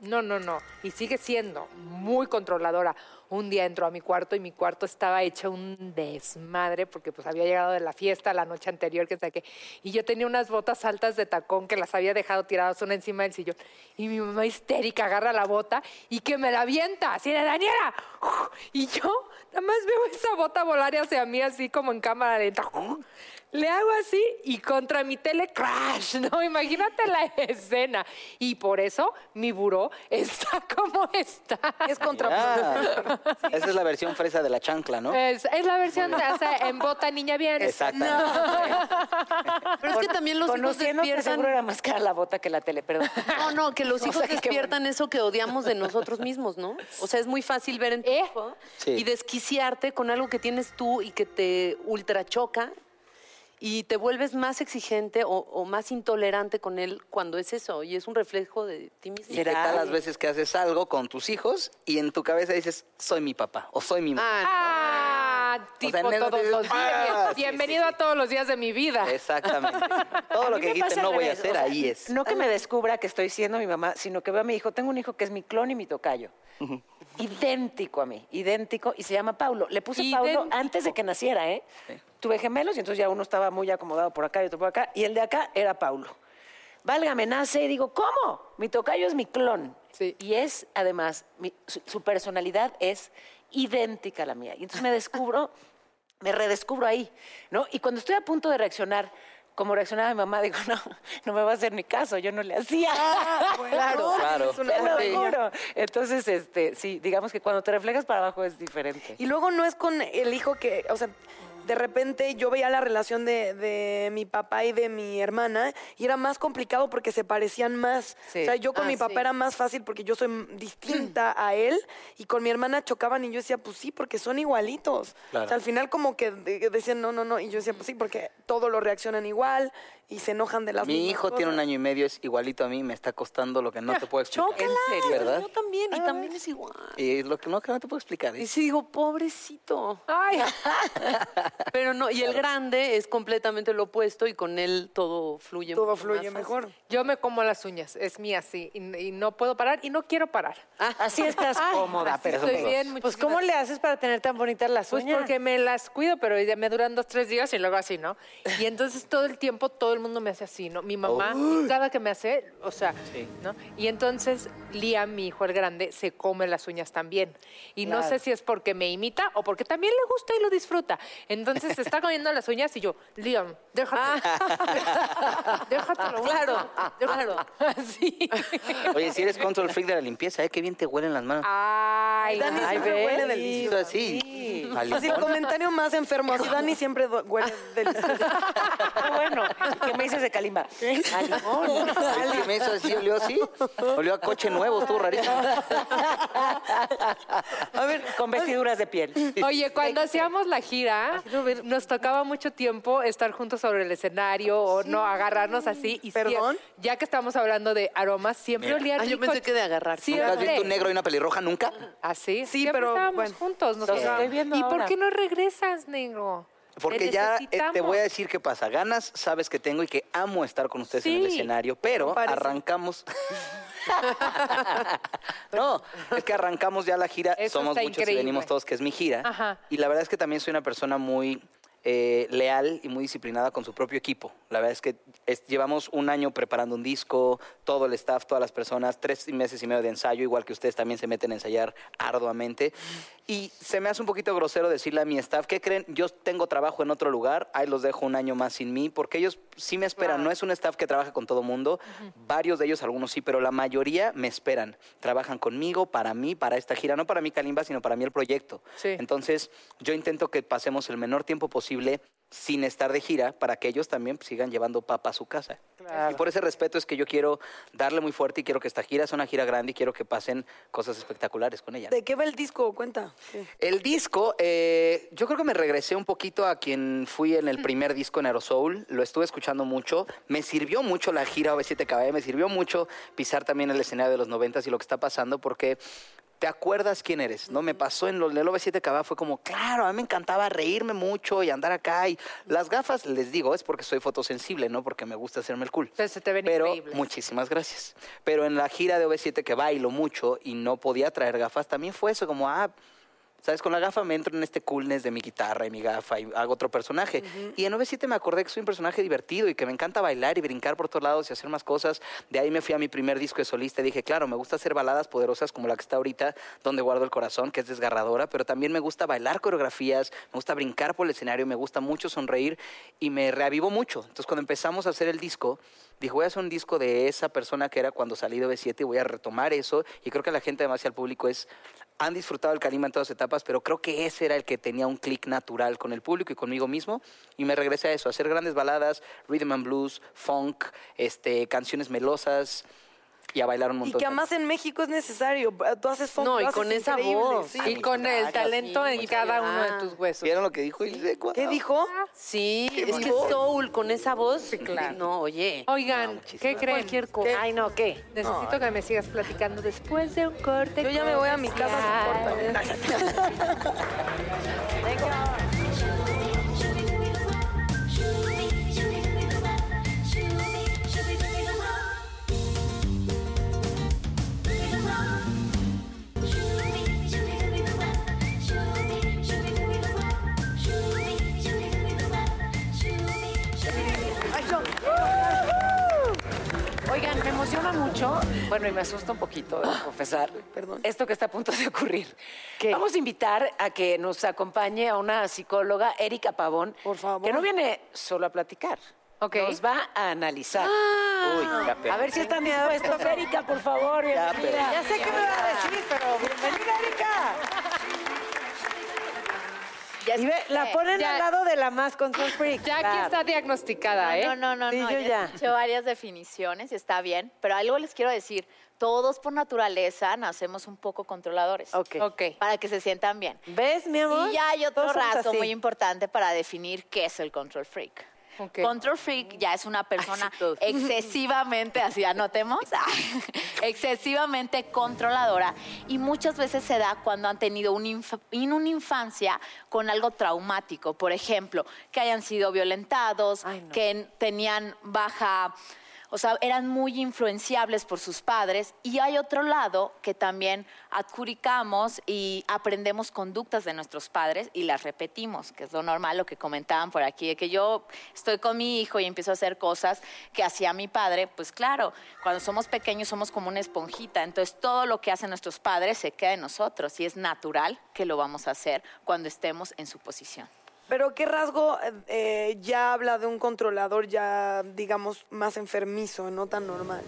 F: no, no, no. Y sigue siendo muy controladora. Un día entró a mi cuarto y mi cuarto estaba hecho un desmadre porque pues había llegado de la fiesta la noche anterior que saqué. Y yo tenía unas botas altas de tacón que las había dejado tiradas una encima del sillón. Y mi mamá histérica agarra la bota y que me la avienta. Así de Daniela. Y yo nada más veo esa bota volar hacia mí así como en cámara lenta. Le hago así y contra mi tele crash, ¿no? Imagínate la escena. Y por eso mi buró está como está. Es
J: Ya. Esa es la versión fresa de la chancla, ¿no?
F: Es, es la versión de, o sea, en bota niña bien.
J: Exactamente.
I: Pero es que también los hijos
H: Conociéndote
I: despiertan...
H: seguro era más cara la bota que la tele, perdón.
I: No, no, que los hijos
H: sea, qué
I: despiertan eso que odiamos de nosotros mismos, ¿no? O sea, es muy fácil ver en tu
F: ¿Eh?
I: hijo
J: Sí.
I: y desquiciarte con algo que tienes tú y que te ultrachoca y te vuelves más exigente o, o más intolerante con él cuando es eso y es un reflejo de ti mismo.
J: ¿Y qué tal las veces que haces algo con tus hijos y en tu cabeza dices, soy mi papá o soy mi mamá?
F: Ah, tipo
J: en eso
F: todos
J: dices,
F: los días.
J: "Ah, sí,
F: Bienvenido
J: sí, sí".
F: a todos los días de mi vida.
J: Exactamente. Todo lo
H: mí
J: que
H: me
J: dijiste
H: pasa
J: no
H: al
J: voy a
H: revés,
J: hacer,
H: o sea,
J: ahí es.
H: No que me descubra que estoy siendo mi mamá, sino que veo a mi hijo. Tengo un hijo que es mi clon y mi tocayo. idéntico a mí, idéntico, y se llama Paulo. Le puse Paulo
F: Idéntico.
H: antes de que naciera, ¿eh? Tuve gemelos y entonces ya uno estaba muy acomodado por acá y otro por acá, y el de acá era Paulo. Válgame, nace y digo, ¿cómo? Mi tocayo es mi clon.
F: Sí.
H: Y es, además, mi- su, su personalidad es idéntica a la mía. Y entonces me descubro, me redescubro ahí, ¿no? Y cuando estoy a punto de reaccionar, como reaccionaba mi mamá, digo, no, no me va a hacer ni caso, yo no le hacía.
J: Claro, claro.
H: Te lo juro. Entonces, este, sí, digamos que cuando te reflejas para abajo es diferente.
E: Y luego no es con el hijo que, o sea, de repente yo veía la relación de, de mi papá y de mi hermana y era más complicado porque se parecían más.
H: Sí.
E: O sea, yo con
I: Ah,
E: mi papá
I: sí.
E: era más fácil porque yo soy m- distinta a él y con mi hermana chocaban y yo decía, pues sí, porque son igualitos.
J: Claro.
E: O sea, al final como que de- decían, no, no, no, y yo decía, pues sí, porque todos lo reaccionan igual y se enojan de las
J: Mi
E: mismas
J: hijo tiene un
E: cosas.
J: año y medio, es igualito a mí, me está costando lo que no te puedo explicar.
I: Chócalas,
J: ¿Verdad?
I: Yo también, y también es igual.
J: Y lo que no, que no te puedo explicar.
I: Y
J: es-
I: sí digo, pobrecito.
F: Ay,
I: Pero no, y el grande es completamente lo opuesto y con él todo fluye
E: Todo
I: mucho más
E: fluye
I: fácil.
E: mejor.
F: yo me como las uñas, es mía sí, y, y no puedo parar y no quiero parar.
G: Ah,
H: Así estás cómoda, pero
F: Estoy bien,
G: Pues,
F: muchísimas
G: ¿cómo le haces para tener tan bonitas las
F: Pues
G: uñas?
F: porque me las cuido, pero ya me duran dos, tres días y luego así, ¿no? Y entonces todo el tiempo, todo todo el mundo me hace así, ¿no? Mi mamá, cada que me hace, o sea, ¿no? Y entonces Liam, mi hijo el grande, se come las uñas también. Y no sé si es porque me imita o porque también le gusta y lo disfruta. Entonces se está comiendo las uñas y yo, Liam, déjate.
G: Ah.
F: Déjatelo. Claro, déjalo. Así.
J: Oye, si eres control freak de la limpieza, ¿eh? Qué bien te huelen las manos.
F: Ay,
E: Dani
F: ay,
E: siempre
F: ve.
E: huele
J: Sí,
E: delicioso.
J: así. a
E: Así el
J: limón.
E: comentario más enfermo. Así Dani siempre do- huele delicioso.
H: Ah, bueno, ¿qué me dices de Kalimba? Ah, limón.
J: Es que me hizo así, olió así. Olió a coche nuevo, estuvo rarísimo.
H: A ver, con vestiduras de piel.
F: Oye, cuando hacíamos la gira, nos tocaba mucho tiempo estar juntos sobre el escenario o no agarrarnos así. Y sí,
E: ¿Perdón?
F: ya que estamos hablando de aromas, siempre
J: Mira.
F: olía
K: Ah,
F: rico.
K: yo pensé que de agarrar.
J: ¿Nunca has visto un
F: Siempre.
J: negro y una pelirroja? ¿Nunca?
F: Así.
E: Sí,
F: siempre
E: pero,
F: estábamos
E: bueno,
F: juntos. nos
H: lo
F: agarrábamos.
H: estoy viendo
F: ¿Y
H: ahora.
F: por qué no regresas, negro?
J: Porque
F: Te
J: ya eh, te
F: necesitamos.
J: voy a decir qué pasa. Ganas, sabes que tengo y que amo estar con ustedes en el
F: Sí.
J: escenario, pero
E: Parece.
J: arrancamos. no, es que arrancamos ya la gira,
F: Eso
J: somos
F: está
J: muchos y
F: increíble.
J: venimos todos, que es mi gira.
F: Ajá.
J: Y la verdad es que también soy una persona muy eh, leal y muy disciplinada con su propio equipo. La verdad es que es- llevamos un año preparando un disco, todo el staff, todas las personas, tres meses y medio de ensayo, igual que ustedes también se meten a ensayar arduamente. Y se me hace un poquito grosero decirle a mi staff, ¿qué creen? Yo tengo trabajo en otro lugar, ahí los dejo un año más sin mí, porque ellos sí me esperan. No es un staff que trabaja con todo mundo, varios de ellos, algunos sí, pero la mayoría me esperan. Trabajan conmigo, para mí, para esta gira, no para mí Kalimba, sino para mí el proyecto.
F: Sí.
J: Entonces, yo intento que pasemos el menor tiempo posible sin estar de gira para que ellos también pues, sigan llevando papa a su casa. Y por ese respeto es que yo quiero darle muy fuerte y quiero que esta gira sea una gira grande y quiero que pasen cosas espectaculares con ella.
E: ¿De qué va el disco? Cuenta. Sí.
J: El disco, eh, yo creo que me regresé un poquito a quien fui en el primer disco en Aerosoul. Lo estuve escuchando mucho. Me sirvió mucho la gira OV7 Cabaret. Me sirvió mucho pisar también el escenario de los noventas y lo que está pasando porque... Te acuerdas quién eres, ¿no? Me pasó en los del OV7 Cabaret, fue como, claro, a mí me encantaba reírme mucho y andar acá. Y las gafas, les digo, es porque soy fotosensible, ¿no? Porque me gusta hacerme el cool.
F: Entonces se te ven
J: Pero
F: increíbles.
J: Muchísimas gracias. Pero en la gira de OV7 que bailo mucho y no podía traer gafas, también fue eso, como, ah, ¿sabes? Con la gafa me entro en este coolness de mi guitarra y mi gafa y hago otro personaje. Y en OV7 me acordé que soy un personaje divertido y que me encanta bailar y brincar por todos lados y hacer más cosas. De ahí me fui a mi primer disco de solista y dije, claro, me gusta hacer baladas poderosas como la que está ahorita, donde guardo el corazón, que es desgarradora, pero también me gusta bailar coreografías, me gusta brincar por el escenario, me gusta mucho sonreír y me reavivo mucho. Entonces, cuando empezamos a hacer el disco, dije, voy a hacer un disco de esa persona que era cuando salí de B7 y voy a retomar eso. Y creo que la gente, además, y al público es, han disfrutado el Calima en todas las etapas, pero creo que ese era el que tenía un clic natural con el público y conmigo mismo. Y me regresé a eso, a hacer grandes baladas, rhythm and blues, funk, este, canciones melosas y a bailar un
E: Y
J: montón.
E: que además en México es necesario. eh, Tú haces funk,
K: No,
E: lo
K: y
E: haces
K: con esa
E: increíble,
K: voz.
E: sí.
F: Y con el talento en cada uno de tus huesos.
J: ¿Vieron lo que dijo Ilse? Guau.
E: ¿Qué dijo?
K: Sí, es que Soul con esa voz. claro. No, oye.
F: Oigan, ¿qué creen?
K: Cualquier cosa. Ay, no, ¿qué?
F: Necesito que me sigas platicando después de un corte.
E: Yo ya me voy a mi casa
F: comercial.
E: sin corte.
H: Oigan, me emociona mucho, bueno, y me asusta un poquito, debo confesar,
E: Perdón.
H: esto que está a punto de ocurrir. Vamos a invitar a que nos acompañe a una psicóloga, Erika Pavón,
E: Por favor.
H: que no viene solo a platicar,
F: Ok.
H: nos va a analizar.
J: Uy, ya
H: A ver si están dispuestos, Erika, por favor, bienvenida. Ya sé que me va a decir, pero bienvenida, Erika.
K: Y ve, la ponen
M: Ya.
K: al lado de la más control freak.
F: Ya aquí está diagnosticada, ¿eh?
M: No, no, no,
K: Sí,
M: no.
K: yo ya.
M: He hecho varias definiciones y está bien, pero algo les quiero decir. Todos por naturaleza nacemos un poco controladores.
K: Ok.
F: Ok.
M: Para que se sientan bien.
K: ¿Ves, mi amor?
M: Y ya hay otro
K: Todos somos
M: rasgo
K: así.
M: muy importante para definir qué es el control freak.
F: Ok.
M: Control freak ya es una persona
K: sí, todos.
M: excesivamente, así anotemos, excesivamente controladora y muchas veces se da cuando han tenido un inf- in- una infancia con algo traumático, por ejemplo, que hayan sido violentados,
K: Ay, no.
M: que n- tenían baja... o sea, eran muy influenciables por sus padres y hay otro lado que también adjudicamos y aprendemos conductas de nuestros padres y las repetimos, que es lo normal, lo que comentaban por aquí, de que yo estoy con mi hijo y empiezo a hacer cosas que hacía mi padre, pues claro, cuando somos pequeños somos como una esponjita, entonces todo lo que hacen nuestros padres se queda en nosotros y es natural que lo vamos a hacer cuando estemos en su posición.
E: Pero qué rasgo eh, ya habla de un controlador ya, digamos, más enfermizo, no tan normal.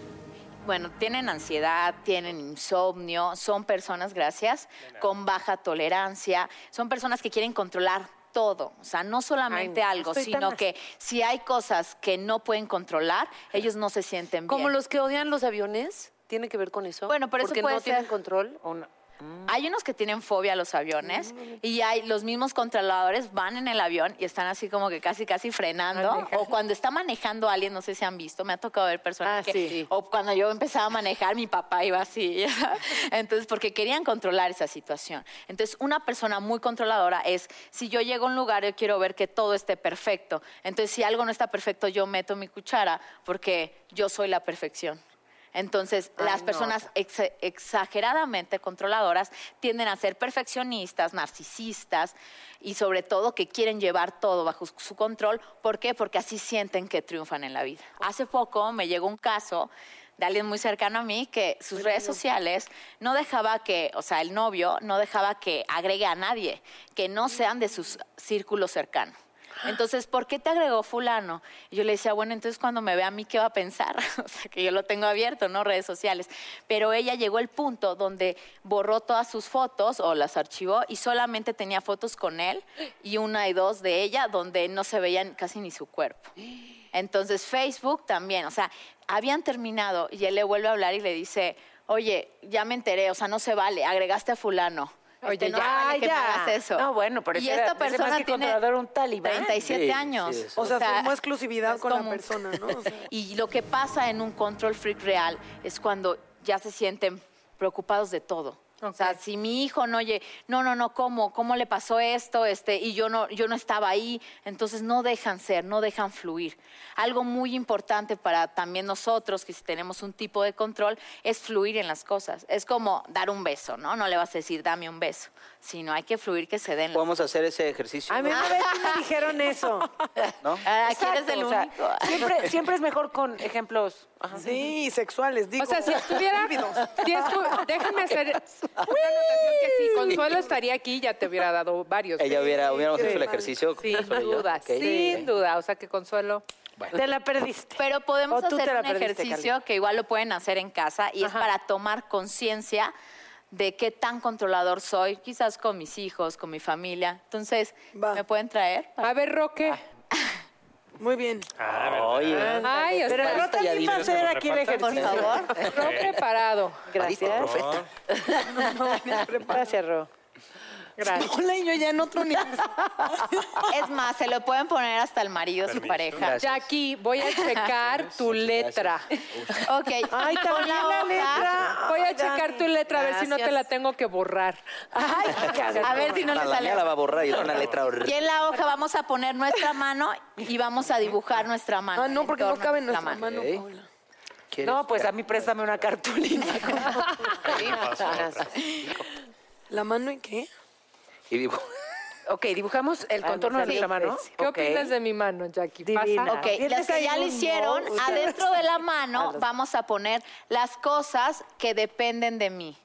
M: Bueno, tienen ansiedad, tienen insomnio, son personas, gracias, con baja tolerancia, son personas que quieren controlar todo, o sea, no solamente
N: Ay, no,
M: algo,
N: estoy tan
M: sino
N: as-
M: que si hay cosas que no pueden controlar, ellos no se sienten bien.
N: Como los que odian los aviones, tiene que ver con eso.
M: Bueno, pero eso
N: Porque
M: puede
N: no tienen
M: ser.
N: control o no.
M: Hay unos que tienen fobia a los aviones
N: Ah,
M: y hay los mismos controladores van en el avión y están así como que casi casi frenando o cuando está manejando alguien, no sé si han visto, me ha tocado ver personas
N: Ah,
M: que
N: sí.
M: o cuando yo empezaba a manejar mi papá iba así. Entonces, porque querían controlar esa situación. Entonces, una persona muy controladora es si yo llego a un lugar yo quiero ver que todo esté perfecto. Entonces, si algo no está perfecto, yo meto mi cuchara porque yo soy la perfección. Entonces, las personas exa- exageradamente controladoras tienden a ser perfeccionistas, narcisistas y sobre todo que quieren llevar todo bajo su- su control. ¿Por qué? Porque así sienten que triunfan en la vida. Hace poco me llegó un caso de alguien muy cercano a mí que sus redes sociales no dejaba que, o sea, el novio no dejaba que agregue a nadie, que no sean de sus círculos cercanos. Entonces, ¿por qué te agregó fulano? Y yo le decía, bueno, entonces cuando me vea a mí, ¿qué va a pensar? O sea, que yo lo tengo abierto, ¿no? Redes sociales. Pero ella llegó al punto donde borró todas sus fotos o las archivó y solamente tenía fotos con él y una y dos de ella donde no se veían casi ni su cuerpo. Entonces Facebook también, o sea, habían terminado y él le vuelve a hablar y le dice, oye, ya me enteré, o sea, no se vale, agregaste a fulano. Oye, no se
N: ya,
M: vale que me
N: ya.
M: hagas eso.
H: No, bueno, pero
M: y
H: ese
M: esta
H: era- ese más
M: persona
H: que
M: tiene
H: controlador, un talibán.
M: 37
J: Sí, sí,
M: años.
J: eso.
E: O sea, firmó exclusividad
M: es
E: con la
M: como-
E: persona, ¿no? O sea,
M: Y lo que pasa en un control freak real es cuando ya se sienten preocupados de todo. O sea, si mi hijo no oye, no, no, no, ¿cómo? ¿Cómo le pasó esto? Este, y yo no, yo no estaba ahí. Entonces no dejan ser, no dejan fluir. Algo muy importante para también nosotros, que si tenemos un tipo de control, es fluir en las cosas. Es como dar un beso, ¿no? No le vas a decir dame un beso, sino hay que fluir que se den las
J: Podemos hacer ese ejercicio,
I: A mí una vez sí me dijeron eso.
J: ¿no?
M: Ah, ¿quién es el
H: Exacto, o sea,
M: único?
H: siempre, siempre es mejor con ejemplos. Ajá.
E: sí,
H: Pues
E: sexuales, digo.
N: O sea, si estuviera.
E: vívidos.
N: si estu- déjame hacer una anotación que si Consuelo estaría aquí, ya te hubiera dado varios.
F: ¿eh?
J: Ella hubiera, hubiéramos
E: sí,
J: hecho el
E: vale.
J: ejercicio.
N: Sin
J: Consuelo y yo.
N: duda,
J: Ok.
N: sin duda. O sea que Consuelo.
J: Bueno.
I: Te la perdiste.
M: Pero podemos
I: O tú te
M: hacer
I: la
M: un
I: perdiste,
M: ejercicio que igual lo pueden hacer en casa y es para tomar conciencia de qué tan controlador soy, quizás con mis hijos, con mi familia. Entonces,
E: Va.
M: ¿me pueden traer?
N: A ver, Roque.
E: Muy bien.
J: Oye,
N: Ay, o
I: Pero
N: sea,
I: no te iba a hacer aquí el
M: Por
I: ejercicio.
M: favor.
N: Ro preparado.
I: Gracias.
C: favor.
I: Gracias, Ro.
N: Gracias.
E: Hola, y yo ya en otro nivel.
M: Es más, se lo pueden poner hasta el marido, su
C: Permiso.
M: pareja.
N: Jackie, voy a checar tu letra.
M: Ok,
I: Ay,
M: pon
I: también
M: la
I: la
M: hoja.
I: letra.
N: Voy a
I: Ay,
N: checar
I: Dani,
N: tu letra a ver si no te
I: gracias.
N: la tengo que borrar.
M: A ver si no le
J: la
M: sale.
J: mía la va a borrar y es una letra
M: Y
J: horrible.
M: en la hoja vamos a poner nuestra mano y vamos a dibujar nuestra mano.
E: Ah, no,
M: el
E: porque no
M: entorno
E: cabe
M: de
E: en nuestra mano,
J: Ok.
E: Paola.
J: ¿Quieres?
H: No, pues a mí préstame una cartulina.
K: Ah,
M: Ah,
J: Ah,
E: ¿La mano y qué?
J: Y digo,
H: ok, dibujamos el
M: Ah,
H: contorno de nuestra mano.
N: ¿Qué
H: Ok.
N: opinas de mi mano, Jackie?
I: Divina.
N: ¿Pasa?
M: Ok,
I: Tienes
M: las que
I: ahí
M: ya lo
I: un
M: hicieron,
I: no, ustedes.
M: adentro de la mano vamos a poner las cosas que dependen de mí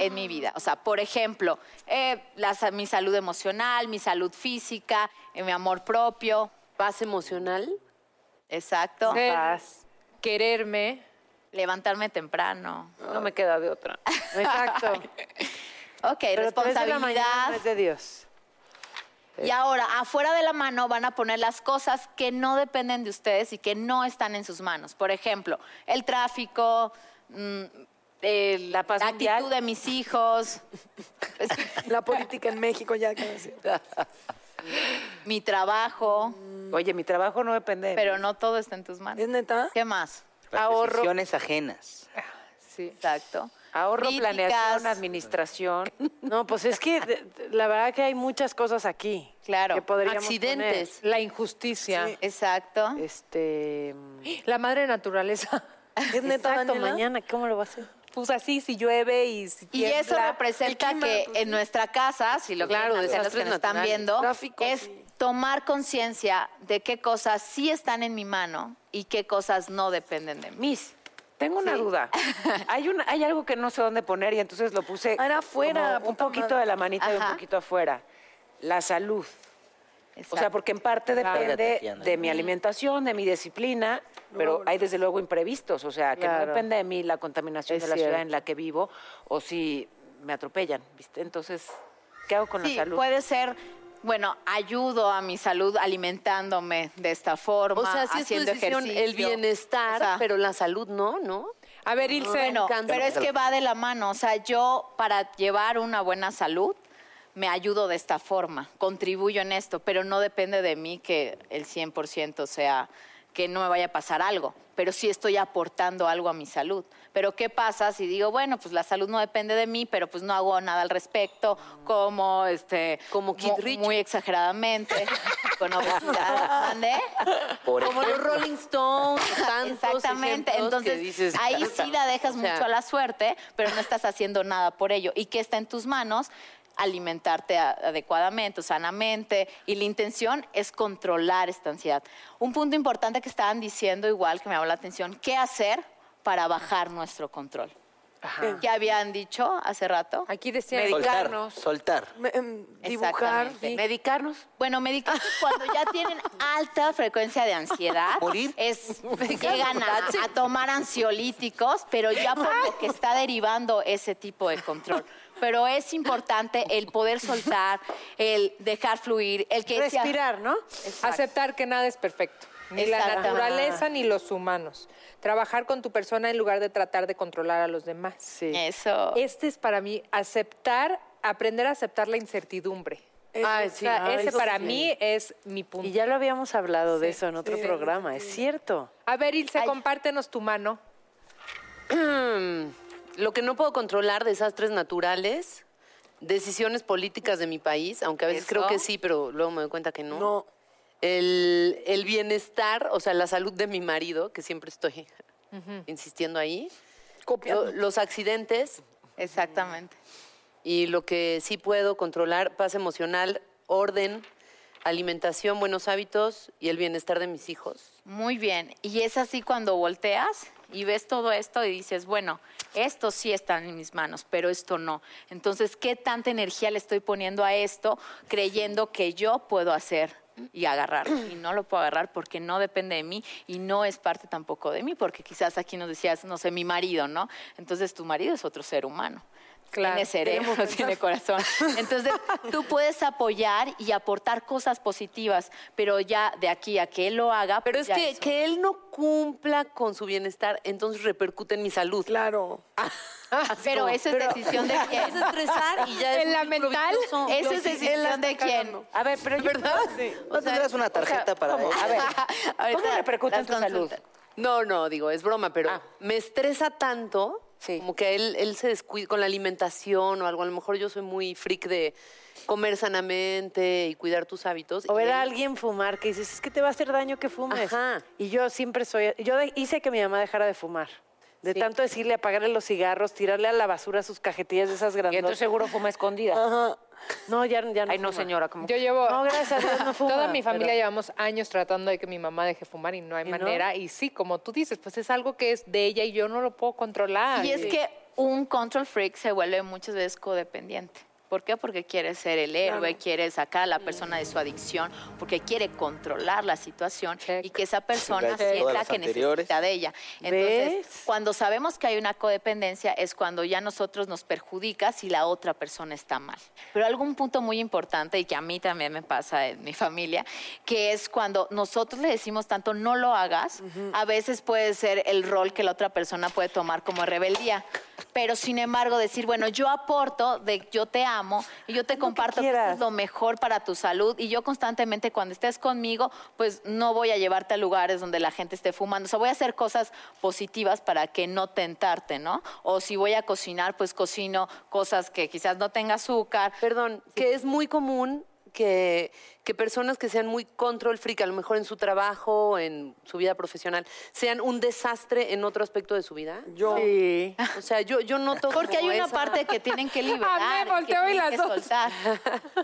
M: en mi vida. O sea, por ejemplo, eh, las- mi salud emocional, mi salud física, eh, mi amor propio.
I: Paz emocional.
M: Exacto.
N: Ser-
I: Paz.
N: Quererme.
M: Levantarme temprano.
H: No me queda de otra.
I: Exacto.
M: Ok,
I: Pero tres de la mañana
M: responsabilidad.
I: no es de Dios.
M: Y ahora, afuera de la mano van a poner las cosas que no dependen de ustedes y que no están en sus manos. Por ejemplo, el tráfico, mm, el- la,
H: paz
M: actitud
H: mundial.
M: de mis hijos,
E: La política en México ya que decir.
M: mi trabajo,
H: Oye, mi trabajo no depende de mí.
M: pero no todo está en tus manos.
E: ¿Es neta?
M: ¿Qué más?
J: ahorro. ajenas.
M: Exacto.
H: Ahorro,
M: críticas.
H: planeación, administración.
G: No, pues es que de- de- la verdad que hay muchas cosas aquí.
M: Claro.
G: Que podríamos
M: Accidentes.
F: La injusticia.
M: Exacto.
G: poner. Este.
M: Em,
F: La madre naturaleza.
G: Es
F: neta,
G: Exacto,
F: Daniela?
G: mañana, ¿cómo lo va a hacer?
F: Pues así, si llueve y si
M: Y eso
F: tiembla.
M: representa
F: El clima,
M: que
F: pues,
M: en nuestra casa, si lo
F: Claro,
M: quieren hacer los que
F: desastres
M: nos están
F: naturales.
M: viendo,
F: Tráfico,
M: es tomar conciencia de qué cosas sí están en mi mano y qué cosas no dependen de mí.
H: Miss, tengo una duda. Hay, un, hay algo que no sé dónde poner y entonces lo puse
E: Ah,
D: Era afuera,
H: como un
D: puta
H: poquito
D: madre.
H: de la manita y un
M: Ajá.
H: poquito afuera. La salud. O sea, porque en parte depende
J: Fíjate,
H: de mi alimentación, de mi disciplina, pero hay desde luego imprevistos. O sea, que no
G: Claro.
H: depende de mí la contaminación
G: Es
H: de la ciudad
G: cierto.
H: en la que vivo o si me atropellan, ¿viste? Entonces, ¿qué hago con
M: Sí,
H: la salud?
M: puede ser, bueno, ayudo a mi salud alimentándome de esta forma,
K: O sea, sí es tu
M: haciendo
K: decisión
M: ejercicio.
K: el bienestar,
M: O sea,
K: pero la salud no, ¿no?
F: A ver, Ilse.
M: Bueno,
K: encanta.
M: pero es que va de la mano. O sea, yo para llevar una buena salud me ayudo de esta forma, contribuyo en esto, pero no depende de mí que el 100% sea que no me vaya a pasar algo, pero sí estoy aportando algo a mi salud. Pero ¿qué pasa si digo, bueno, pues la salud no depende de mí, pero pues no hago nada al respecto, como este
K: Como Kid
M: mu-
K: Richards.
M: muy exageradamente con obesidad, ¿mande?
J: Por
K: Como los
J: ejemplo,
K: Rolling Stones, tantos
M: Exactamente,
K: ejemplos que
M: entonces
K: dices,
M: ahí sí la dejas
K: o sea,
M: mucho a la suerte, pero no estás haciendo nada por ello. ¿Y qué está en tus manos? Alimentarte a- adecuadamente, sanamente, y la intención es controlar esta ansiedad. Un punto importante que estaban diciendo igual que me llamó la atención, ¿qué hacer para bajar nuestro control? ¿Qué habían dicho hace rato?
F: Aquí decían
J: soltar, soltar.
D: Me- em, dibujar.
M: Exactamente.
D: sí.
H: ¿Medicarnos?
M: Bueno, medicarse cuando ya tienen alta frecuencia de ansiedad.
J: Morir.
M: Es, llegan a, a tomar ansiolíticos, pero ya por lo que está derivando ese tipo de control. Pero es importante el poder soltar, el dejar fluir, el que... sea-
G: Respirar, ¿no?
M: Exacto.
F: Aceptar que nada es perfecto, ni la
M: Exactamente.
F: naturaleza ni los humanos. Trabajar con tu persona en lugar de tratar de controlar a los demás.
M: Eso.
F: Este es para mí aceptar, aprender a aceptar la incertidumbre.
G: Ay,
F: O
G: sí,
F: sea,
G: ay,
F: ese
G: eso
F: para
G: sí.
F: mí es mi punto.
G: Y ya lo habíamos hablado de eso en otro
D: sí,
G: programa, es cierto.
F: A ver, Ilse, compártenos tu mano.
K: lo que no puedo controlar, desastres naturales, decisiones políticas de mi país, aunque a veces creo que sí, pero luego me doy cuenta que no.
D: No.
K: El, el bienestar, o sea, la salud de mi marido, que siempre estoy insistiendo ahí.
D: Copiando.
K: Lo- los accidentes
M: Exactamente.
K: y lo que sí puedo controlar, paz emocional, orden, alimentación, buenos hábitos y el bienestar de mis hijos.
M: Muy bien. Y es así cuando volteas y ves todo esto y dices, bueno, esto sí está en mis manos, pero esto no. Entonces, ¿qué tanta energía le estoy poniendo a esto creyendo que yo puedo hacer y agarrar? Y no lo puedo agarrar porque no depende de mí y no es parte tampoco de mí, porque quizás aquí nos decías, no sé, mi marido, ¿no? Entonces, tu marido es otro ser humano.
F: Claro.
M: Tiene cerebro, tiene corazón. Entonces, tú puedes apoyar y aportar cosas positivas, pero ya de aquí a que él lo haga.
K: Pero
M: pues
K: es
M: ya
K: que,
M: eso.
K: que él no cumpla con su bienestar, entonces repercute en mi salud.
D: Claro.
M: Pero esa es decisión de quién.
K: Es estresar y ya es
F: En la mental,
M: Esa es decisión de quién.
H: A ver, pero yo-
K: ¿Verdad?
J: ¿No tendrás una tarjeta para
H: ¿cómo?
J: eso?
H: A ver,
M: Ahorita
H: ¿cómo repercute en
M: las
H: tu salud?
M: consultas.
K: No, no, digo, es broma, pero
M: Ah.
K: me estresa tanto
H: Sí.
K: como que él, él se descuida con la alimentación o algo. A lo mejor yo soy muy freak de comer sanamente y cuidar tus hábitos.
G: O
K: y
G: ver a
K: él-
G: alguien fumar que dices, es que te va a hacer daño que fumes.
K: Ajá.
G: Y yo siempre soy, yo de- hice que mi mamá dejara de fumar. De
K: Sí.
G: tanto decirle apagarle los cigarros, tirarle a la basura sus cajetillas de esas
H: Y
G: grandes.
H: entonces seguro fuma escondida.
G: No, ya, ya no.
H: Ay, no,
G: fuma.
H: señora, como
F: Yo llevo.
G: No, gracias a Dios no fuma,
F: Toda mi familia
G: pero-
F: llevamos años tratando de que mi mamá deje fumar y no hay
G: ¿Y no?
F: manera. Y sí, como tú dices, pues es algo que es de ella y yo no lo puedo controlar.
M: Y es que un control freak se vuelve muchas veces codependiente. ¿Por qué? Porque quiere ser el héroe, quiere sacar a la persona de su adicción, porque quiere controlar la situación
F: Check.
M: y que esa persona
J: Check. Todas
M: sienta
J: las
M: que
J: anteriores.
M: necesita de ella. Entonces,
G: ¿Ves?
M: cuando sabemos que hay una codependencia es cuando ya nosotros nos perjudica si la otra persona está mal. Pero algún punto muy importante y que a mí también me pasa en mi familia, que es cuando nosotros le decimos tanto no lo hagas, a veces puede ser el rol que la otra persona puede tomar como rebeldía. pero sin embargo decir, bueno, yo aporto, de yo te amo, y yo te comparto que esto es lo mejor para tu salud, y yo constantemente cuando estés conmigo, pues no voy a llevarte a lugares donde la gente esté fumando, o sea, voy a hacer cosas positivas para que no tentarte, ¿no? O si voy a cocinar, pues cocino cosas que quizás no tenga azúcar.
K: Perdón, que es muy común que, que personas que sean muy control freak, a lo mejor en su trabajo, en su vida profesional, sean un desastre en otro aspecto de su vida?
E: Yo.
K: Sí. O sea, yo, yo noto
M: Porque hay
K: como
M: una
K: esa-
M: parte que tienen que liberar.
N: Amé,
M: que
N: volteo y
M: tienen
N: las
M: que
N: dos.
M: soltar.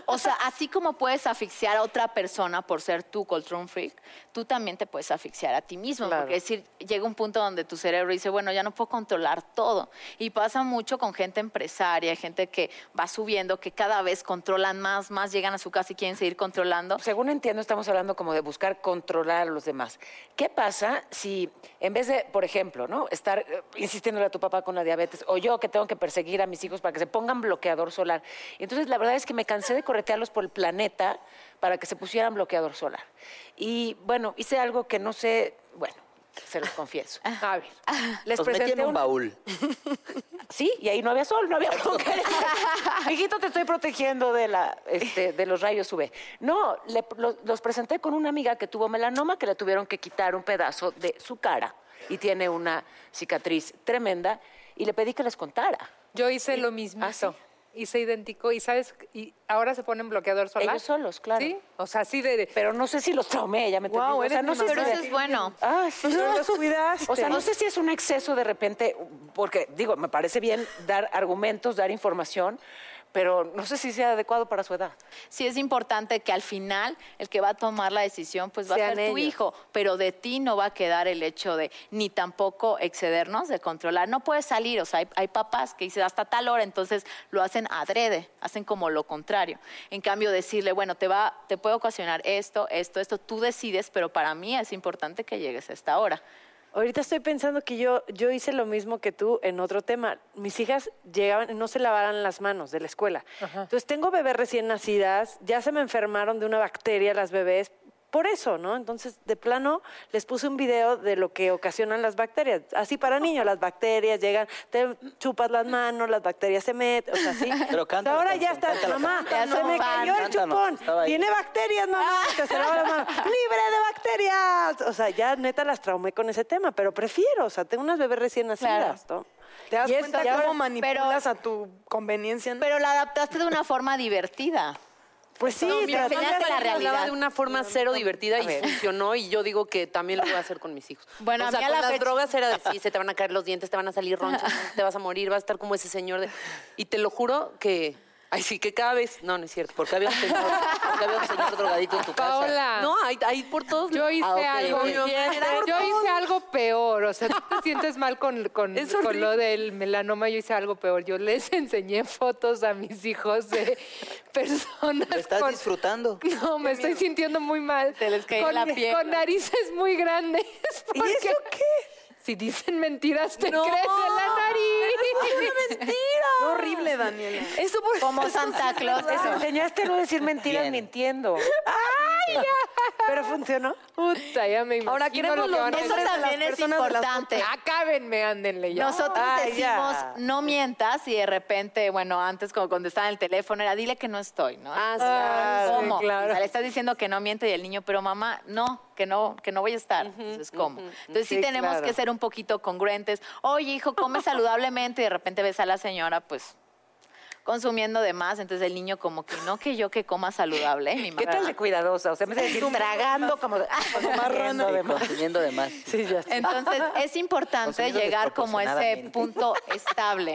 M: O sea, así como puedes asfixiar a otra persona por ser tú control freak, tú también te puedes asfixiar a ti mismo.
N: Claro.
M: Porque es decir, llega un punto donde tu cerebro dice, bueno, ya no puedo controlar todo. Y pasa mucho con gente empresaria, gente que va subiendo, que cada vez controlan más, más, llegan a su casa y quieren seguir controlando.
H: Según entiendo, estamos hablando como de buscar controlar a los demás. ¿Qué pasa si en vez de, por ejemplo, ¿no? Estar eh, insistiéndole a tu papá con la diabetes o yo que tengo que perseguir a mis hijos para que se pongan bloqueador solar. Y Entonces, la verdad es que me cansé de corretearlos por el planeta para que se pusieran bloqueador solar. Y bueno, hice algo que no sé, bueno, se los confieso. A ver,
J: Los
H: les
J: Ah. Pues metí en
H: presenté
J: un
H: un-
J: baúl.
H: Sí, y ahí no había sol, no había mujeres. Hijito, te estoy protegiendo de, la, este, de los rayos UV. No, le- lo- los presenté con una amiga que tuvo melanoma que le tuvieron que quitar un pedazo de su cara y tiene una cicatriz tremenda y le pedí que les contara. Ah,
N: Yo hice lo mismo. Hice idéntico y sabes, y ahora se ponen bloqueador solar.
H: Ellos solos, claro.
N: Sí, o sea, así de.
H: Pero no sé si los traumé, ya me
N: Guau,
H: entendí. O sea,
N: eres mi mamá.
H: no sé si me-
M: Pero eso es bueno.
H: Ah, sí.
G: Pero los cuidaste.
H: O sea, no sé si es un exceso de repente, porque digo, me parece bien dar argumentos, dar información, pero no sé si sea adecuado para su edad.
M: sí es importante que al final el que va a tomar la decisión pues va a
G: Sean
M: ser tu
G: ellos.
M: hijo, pero de ti no va a quedar el hecho de ni tampoco excedernos de controlar. No puedes salir, o sea, hay, hay papás que dicen hasta tal hora, entonces lo hacen adrede, hacen como lo contrario. En cambio decirle, bueno, te va te puede ocasionar esto, esto, esto, tú decides, pero para mí es importante que llegues a esta hora.
G: Ahorita estoy pensando que yo, yo hice lo mismo que tú en otro tema. Mis hijas llegaban y no se lavaban las manos de la escuela. Entonces tengo bebés recién nacidas, ya se me enfermaron de una bacteria las bebés. Por eso, ¿no? Entonces, de plano, les puse un video de lo que ocasionan las bacterias. Así para niños, las bacterias llegan, te chupas las manos, las bacterias se meten, o sea, así.
J: Pero cántalo,
G: Ahora ya
J: canción,
G: está,
J: cántalo,
G: mamá,
J: cántalo.
G: se me
J: Fan.
G: cayó el
J: Cántanos, estaba
G: chupón.
J: ahí.
G: Tiene bacterias, mamá. Te se lava la mano. ¡Libre de bacterias! O sea, ya neta las traumé con ese tema, pero prefiero, o sea, tengo unas bebés recién nacidas, ¿no?
E: ¿Te das
G: Y eso,
E: cuenta
G: y ahora-
E: cómo manipulas a tu conveniencia?
M: Pero la adaptaste de una forma divertida.
G: Pues sí,
M: No, mi
G: pero-
M: Enseñaste
K: Natalia
M: la realidad.
K: hablaba de una forma cero divertida y funcionó y yo digo que también lo voy a hacer con mis hijos.
M: Bueno,
K: o
M: a
K: sea,
M: mí a
K: con
M: la
K: las
M: fecha-
K: drogas era de sí, se te van a caer los dientes, te van a salir ronchas, te vas a morir, vas a estar como ese señor de... Y te lo juro que... Ay, sí, que cada vez... No, no es cierto.
J: Porque había un señor, porque había un señor drogadito en tu casa.
N: Paola.
K: No, hay, hay por todos...
N: Yo hice
K: Ah, ok,
N: algo.
K: ok.
N: Yo hice algo peor. O sea, tú te sientes mal con, con,
K: Es
N: con
K: horrible.
N: lo del melanoma. Yo hice algo peor. Yo les enseñé fotos a mis hijos de personas.
J: ¿Lo estás
N: con-
J: disfrutando?
N: No, me estoy sintiendo muy mal.
M: Te les cae
N: con,
M: la piel.
N: Con narices muy grandes.
G: ¿Y eso
N: qué? Si dicen mentiras, te
K: No,
N: crece la
K: pero eso
N: nariz.
K: es una mentira.
E: Qué horrible, Daniela.
K: Eso por...
M: Como Santa Claus.
H: Les enseñaste a no decir mentiras
J: Bien.
H: mintiendo.
G: pero funcionó.
N: Puta, ya me imagino
K: Ahora
N: lo
K: queremos
N: que
K: los
N: van a
M: Eso
N: hacer.
M: también es importante.
N: Acábenme, ándenle ya.
M: Nosotros
G: Ay,
M: decimos,
G: ya.
M: no mientas, y de repente, bueno, antes como cuando estaba en el teléfono era, dile que no estoy, ¿no?
K: Ah, sí.
N: Ah, sí,
M: ¿Cómo?
N: claro.
M: O sea, le estás diciendo que no miente y el niño, pero mamá, no, que no, que no voy a estar. Entonces, ¿cómo? Entonces sí,
N: Sí,
M: tenemos
N: claro.
M: que ser un poquito congruentes. Oye, hijo, come saludablemente y de repente ves a la señora, pues consumiendo de más, entonces el niño como que no que yo que coma saludable, ¿eh? mi
H: ¿Qué
M: mamá.
H: tal de cuidadosa? O sea, me de decir tragando como, como marrano.
J: Y consumiendo de más.
M: Entonces es importante
J: Consumido
M: llegar como a ese
J: desproporcionadamente.
M: punto estable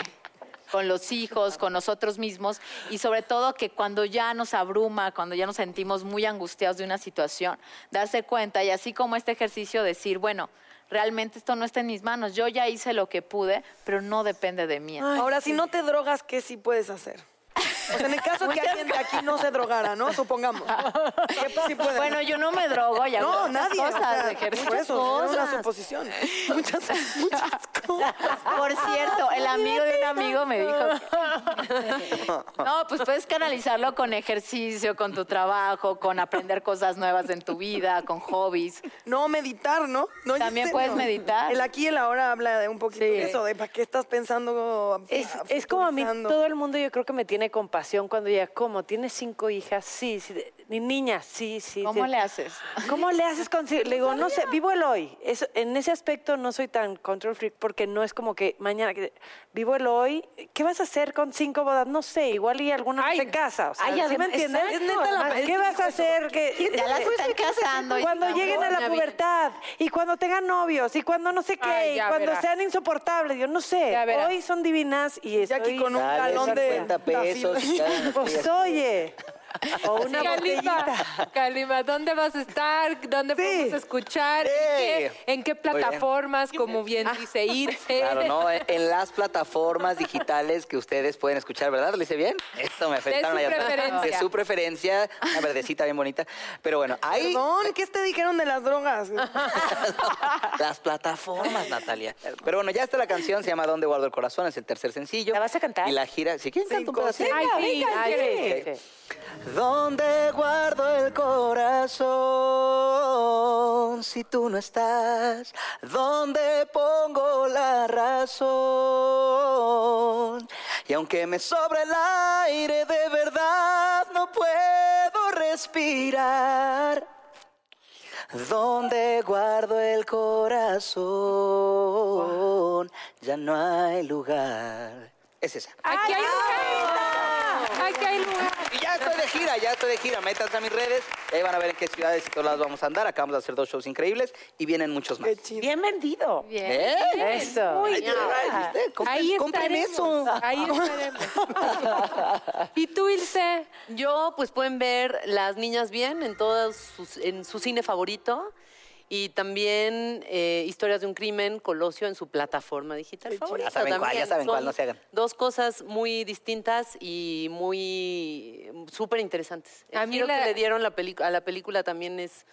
M: con los hijos, con nosotros mismos y sobre todo que cuando ya nos abruma, cuando ya nos sentimos muy angustiados de una situación, darse cuenta y así como este ejercicio decir, bueno, realmente esto no está en mis manos, yo ya hice lo que pude, pero no depende de mí.
E: Ahora, si no te drogas, ¿qué sí puedes hacer? O sea, en el caso que alguien de aquí no se drogara, ¿no? Supongamos. ¿Qué sí puede
M: Bueno,
E: hacer?
M: yo no me drogo, ya
E: No, nadie. o
M: cosas,
E: sea,
M: ejercicio,
E: por eso, es una
M: cosas.
E: suposición. Muchas, muchas cosas.
M: Por cierto, el amigo de un amigo me dijo que No, pues puedes canalizarlo con ejercicio, con tu trabajo, con aprender cosas nuevas en tu vida, con hobbies.
E: No, meditar, ¿no? No, yo
M: También
E: sé,
M: puedes
E: no.
M: meditar.
E: El aquí y el ahora habla de un poquito
M: Sí.
E: de eso, de para qué estás pensando.
G: Es,
E: a-
G: es como a mí,
E: futurizando.
G: todo el mundo yo creo que me tiene compasión cuando ya, ¿cómo? ¿Tienes cinco hijas? Sí, sí. Ni niña, sí, sí.
M: ¿Cómo
G: sí.
M: le haces?
G: ¿Cómo le haces con... Le digo, no sé, vivo el hoy. Eso- en ese aspecto no soy tan control freak porque no es como que mañana... que- Vivo el hoy. ¿Qué vas a hacer con cinco bodas? No sé, igual y alguna se casa. O sea,
M: ay,
G: ¿sí me
M: adem-
G: entiendes?
M: exacto, Es neta la- además,
G: ¿Qué vas a hacer? ¿Qué-
M: Ya las están casando. y
G: cuando
M: están
G: lleguen a la
M: con
G: pubertad y cuando tengan novios y cuando no sé qué
N: Ay,
G: y
N: ya
G: cuando
N: verás.
G: sean insoportables, yo no sé.
N: Ya verás.
G: Hoy son divinas y
E: Ya
G: estoy...
E: aquí con un
J: Dale
E: galón de.
J: 50 pesos. y cada uno pide
G: Pues
J: así.
G: oye, o una botellita.
N: Calima, Calima, ¿dónde vas a estar? ¿Dónde
G: Sí. Ah.
N: podemos escuchar? ¿En,
J: Sí.
N: qué, en qué plataformas? Como bien dice Itze.
J: Claro, no, en- en las plataformas digitales que ustedes pueden escuchar, ¿verdad? ¿Lo hice bien? Eso me afectaron
N: su preferencia.
J: De su preferencia, una verdecita bien bonita. Pero bueno, ahí
E: Ah, Perdón, ¿qué te dijeron de las drogas?
J: las plataformas, Natalia. Pero bueno, ya está la canción, se llama ¿Dónde guardo el corazón? Es el tercer sencillo.
G: ¿La vas a cantar?
J: Y la gira, si quieren canto un pedacito.
N: Ay, sí, ay, sí.
J: Ok. ¿Dónde guardo el corazón si tú no estás? ¿Dónde pongo la razón? Y aunque me sobra el aire de verdad, no puedo respirar. Donde guardo el corazón, ya no hay lugar. Es esa.
N: Aquí hay lugar. Aquí hay lugar.
J: Y ya estoy de gira, ya estoy de gira. Métanse a mis redes, ahí van a ver en qué ciudades y todos lados vamos a andar. Acabamos de hacer dos shows increíbles y vienen muchos más.
E: Qué chido.
G: Bien vendido.
N: Bien.
J: ¿Eh?
G: Eso.
J: Ay, ay, ¿viste? Compren-
N: Ahí
J: compren eso.
N: estaremos. Ahí estaremos. ¿Y tú, Ilse?
K: Yo, pues pueden ver Las Niñas Bien en, todas sus- en su cine favorito y también eh, Historias de un Crimen, Colosio, en su plataforma digital favorita.
J: Ya saben cuál,
K: también.
J: ya saben cuál,
K: Son
J: no se hagan.
K: Dos cosas muy distintas y muy súper interesantes.
N: A
K: El
N: mí
K: giro
N: la-
K: que le dieron la pelicu- a la película también es...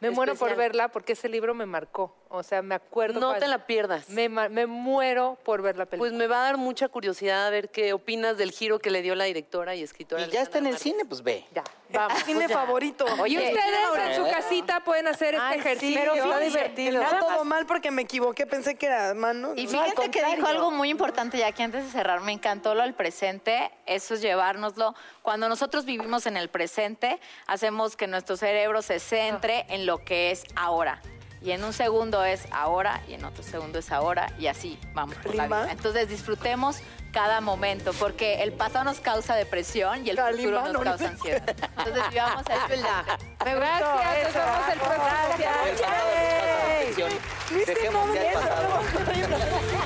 N: Me muero por
K: especial.
N: verla porque ese libro me marcó. O sea, me acuerdo.
K: No
N: cuando-
K: te la pierdas.
N: Me, ma- me muero por ver la
K: Pues
N: película.
K: me va a dar mucha curiosidad a ver qué opinas del giro que le dio la directora y escritora.
J: Y ya está en el
K: Alejandra
J: cine, pues ve.
N: ya.
K: Vamos,
E: Cine favorito.
N: y ustedes en su casita pueden hacer este
G: Ay, sí,
N: ejercicio.
G: pero está
E: No
G: divertido.
E: todo mal porque me equivoqué, pensé que era mano.
M: Y
E: No,
M: fíjense
E: al
M: que
E: contrario.
M: dijo algo muy importante ya que antes de cerrar me encantó lo del presente, eso es llevárnoslo. Cuando nosotros vivimos en el presente, hacemos que nuestro cerebro se centre en lo que es ahora. Y en un segundo es ahora, y en otro segundo es ahora, y así vamos por la
E: Kalimba.
M: vida. Entonces disfrutemos cada momento, porque el pasado nos causa depresión y el
E: Kalimba,
M: futuro nos
E: no, no.
M: causa ansiedad. Entonces vivamos el presente.
N: Me Gracias, nos vemos el próximo.
J: El pasado nos pasa atención. Dejemos ya el pasado.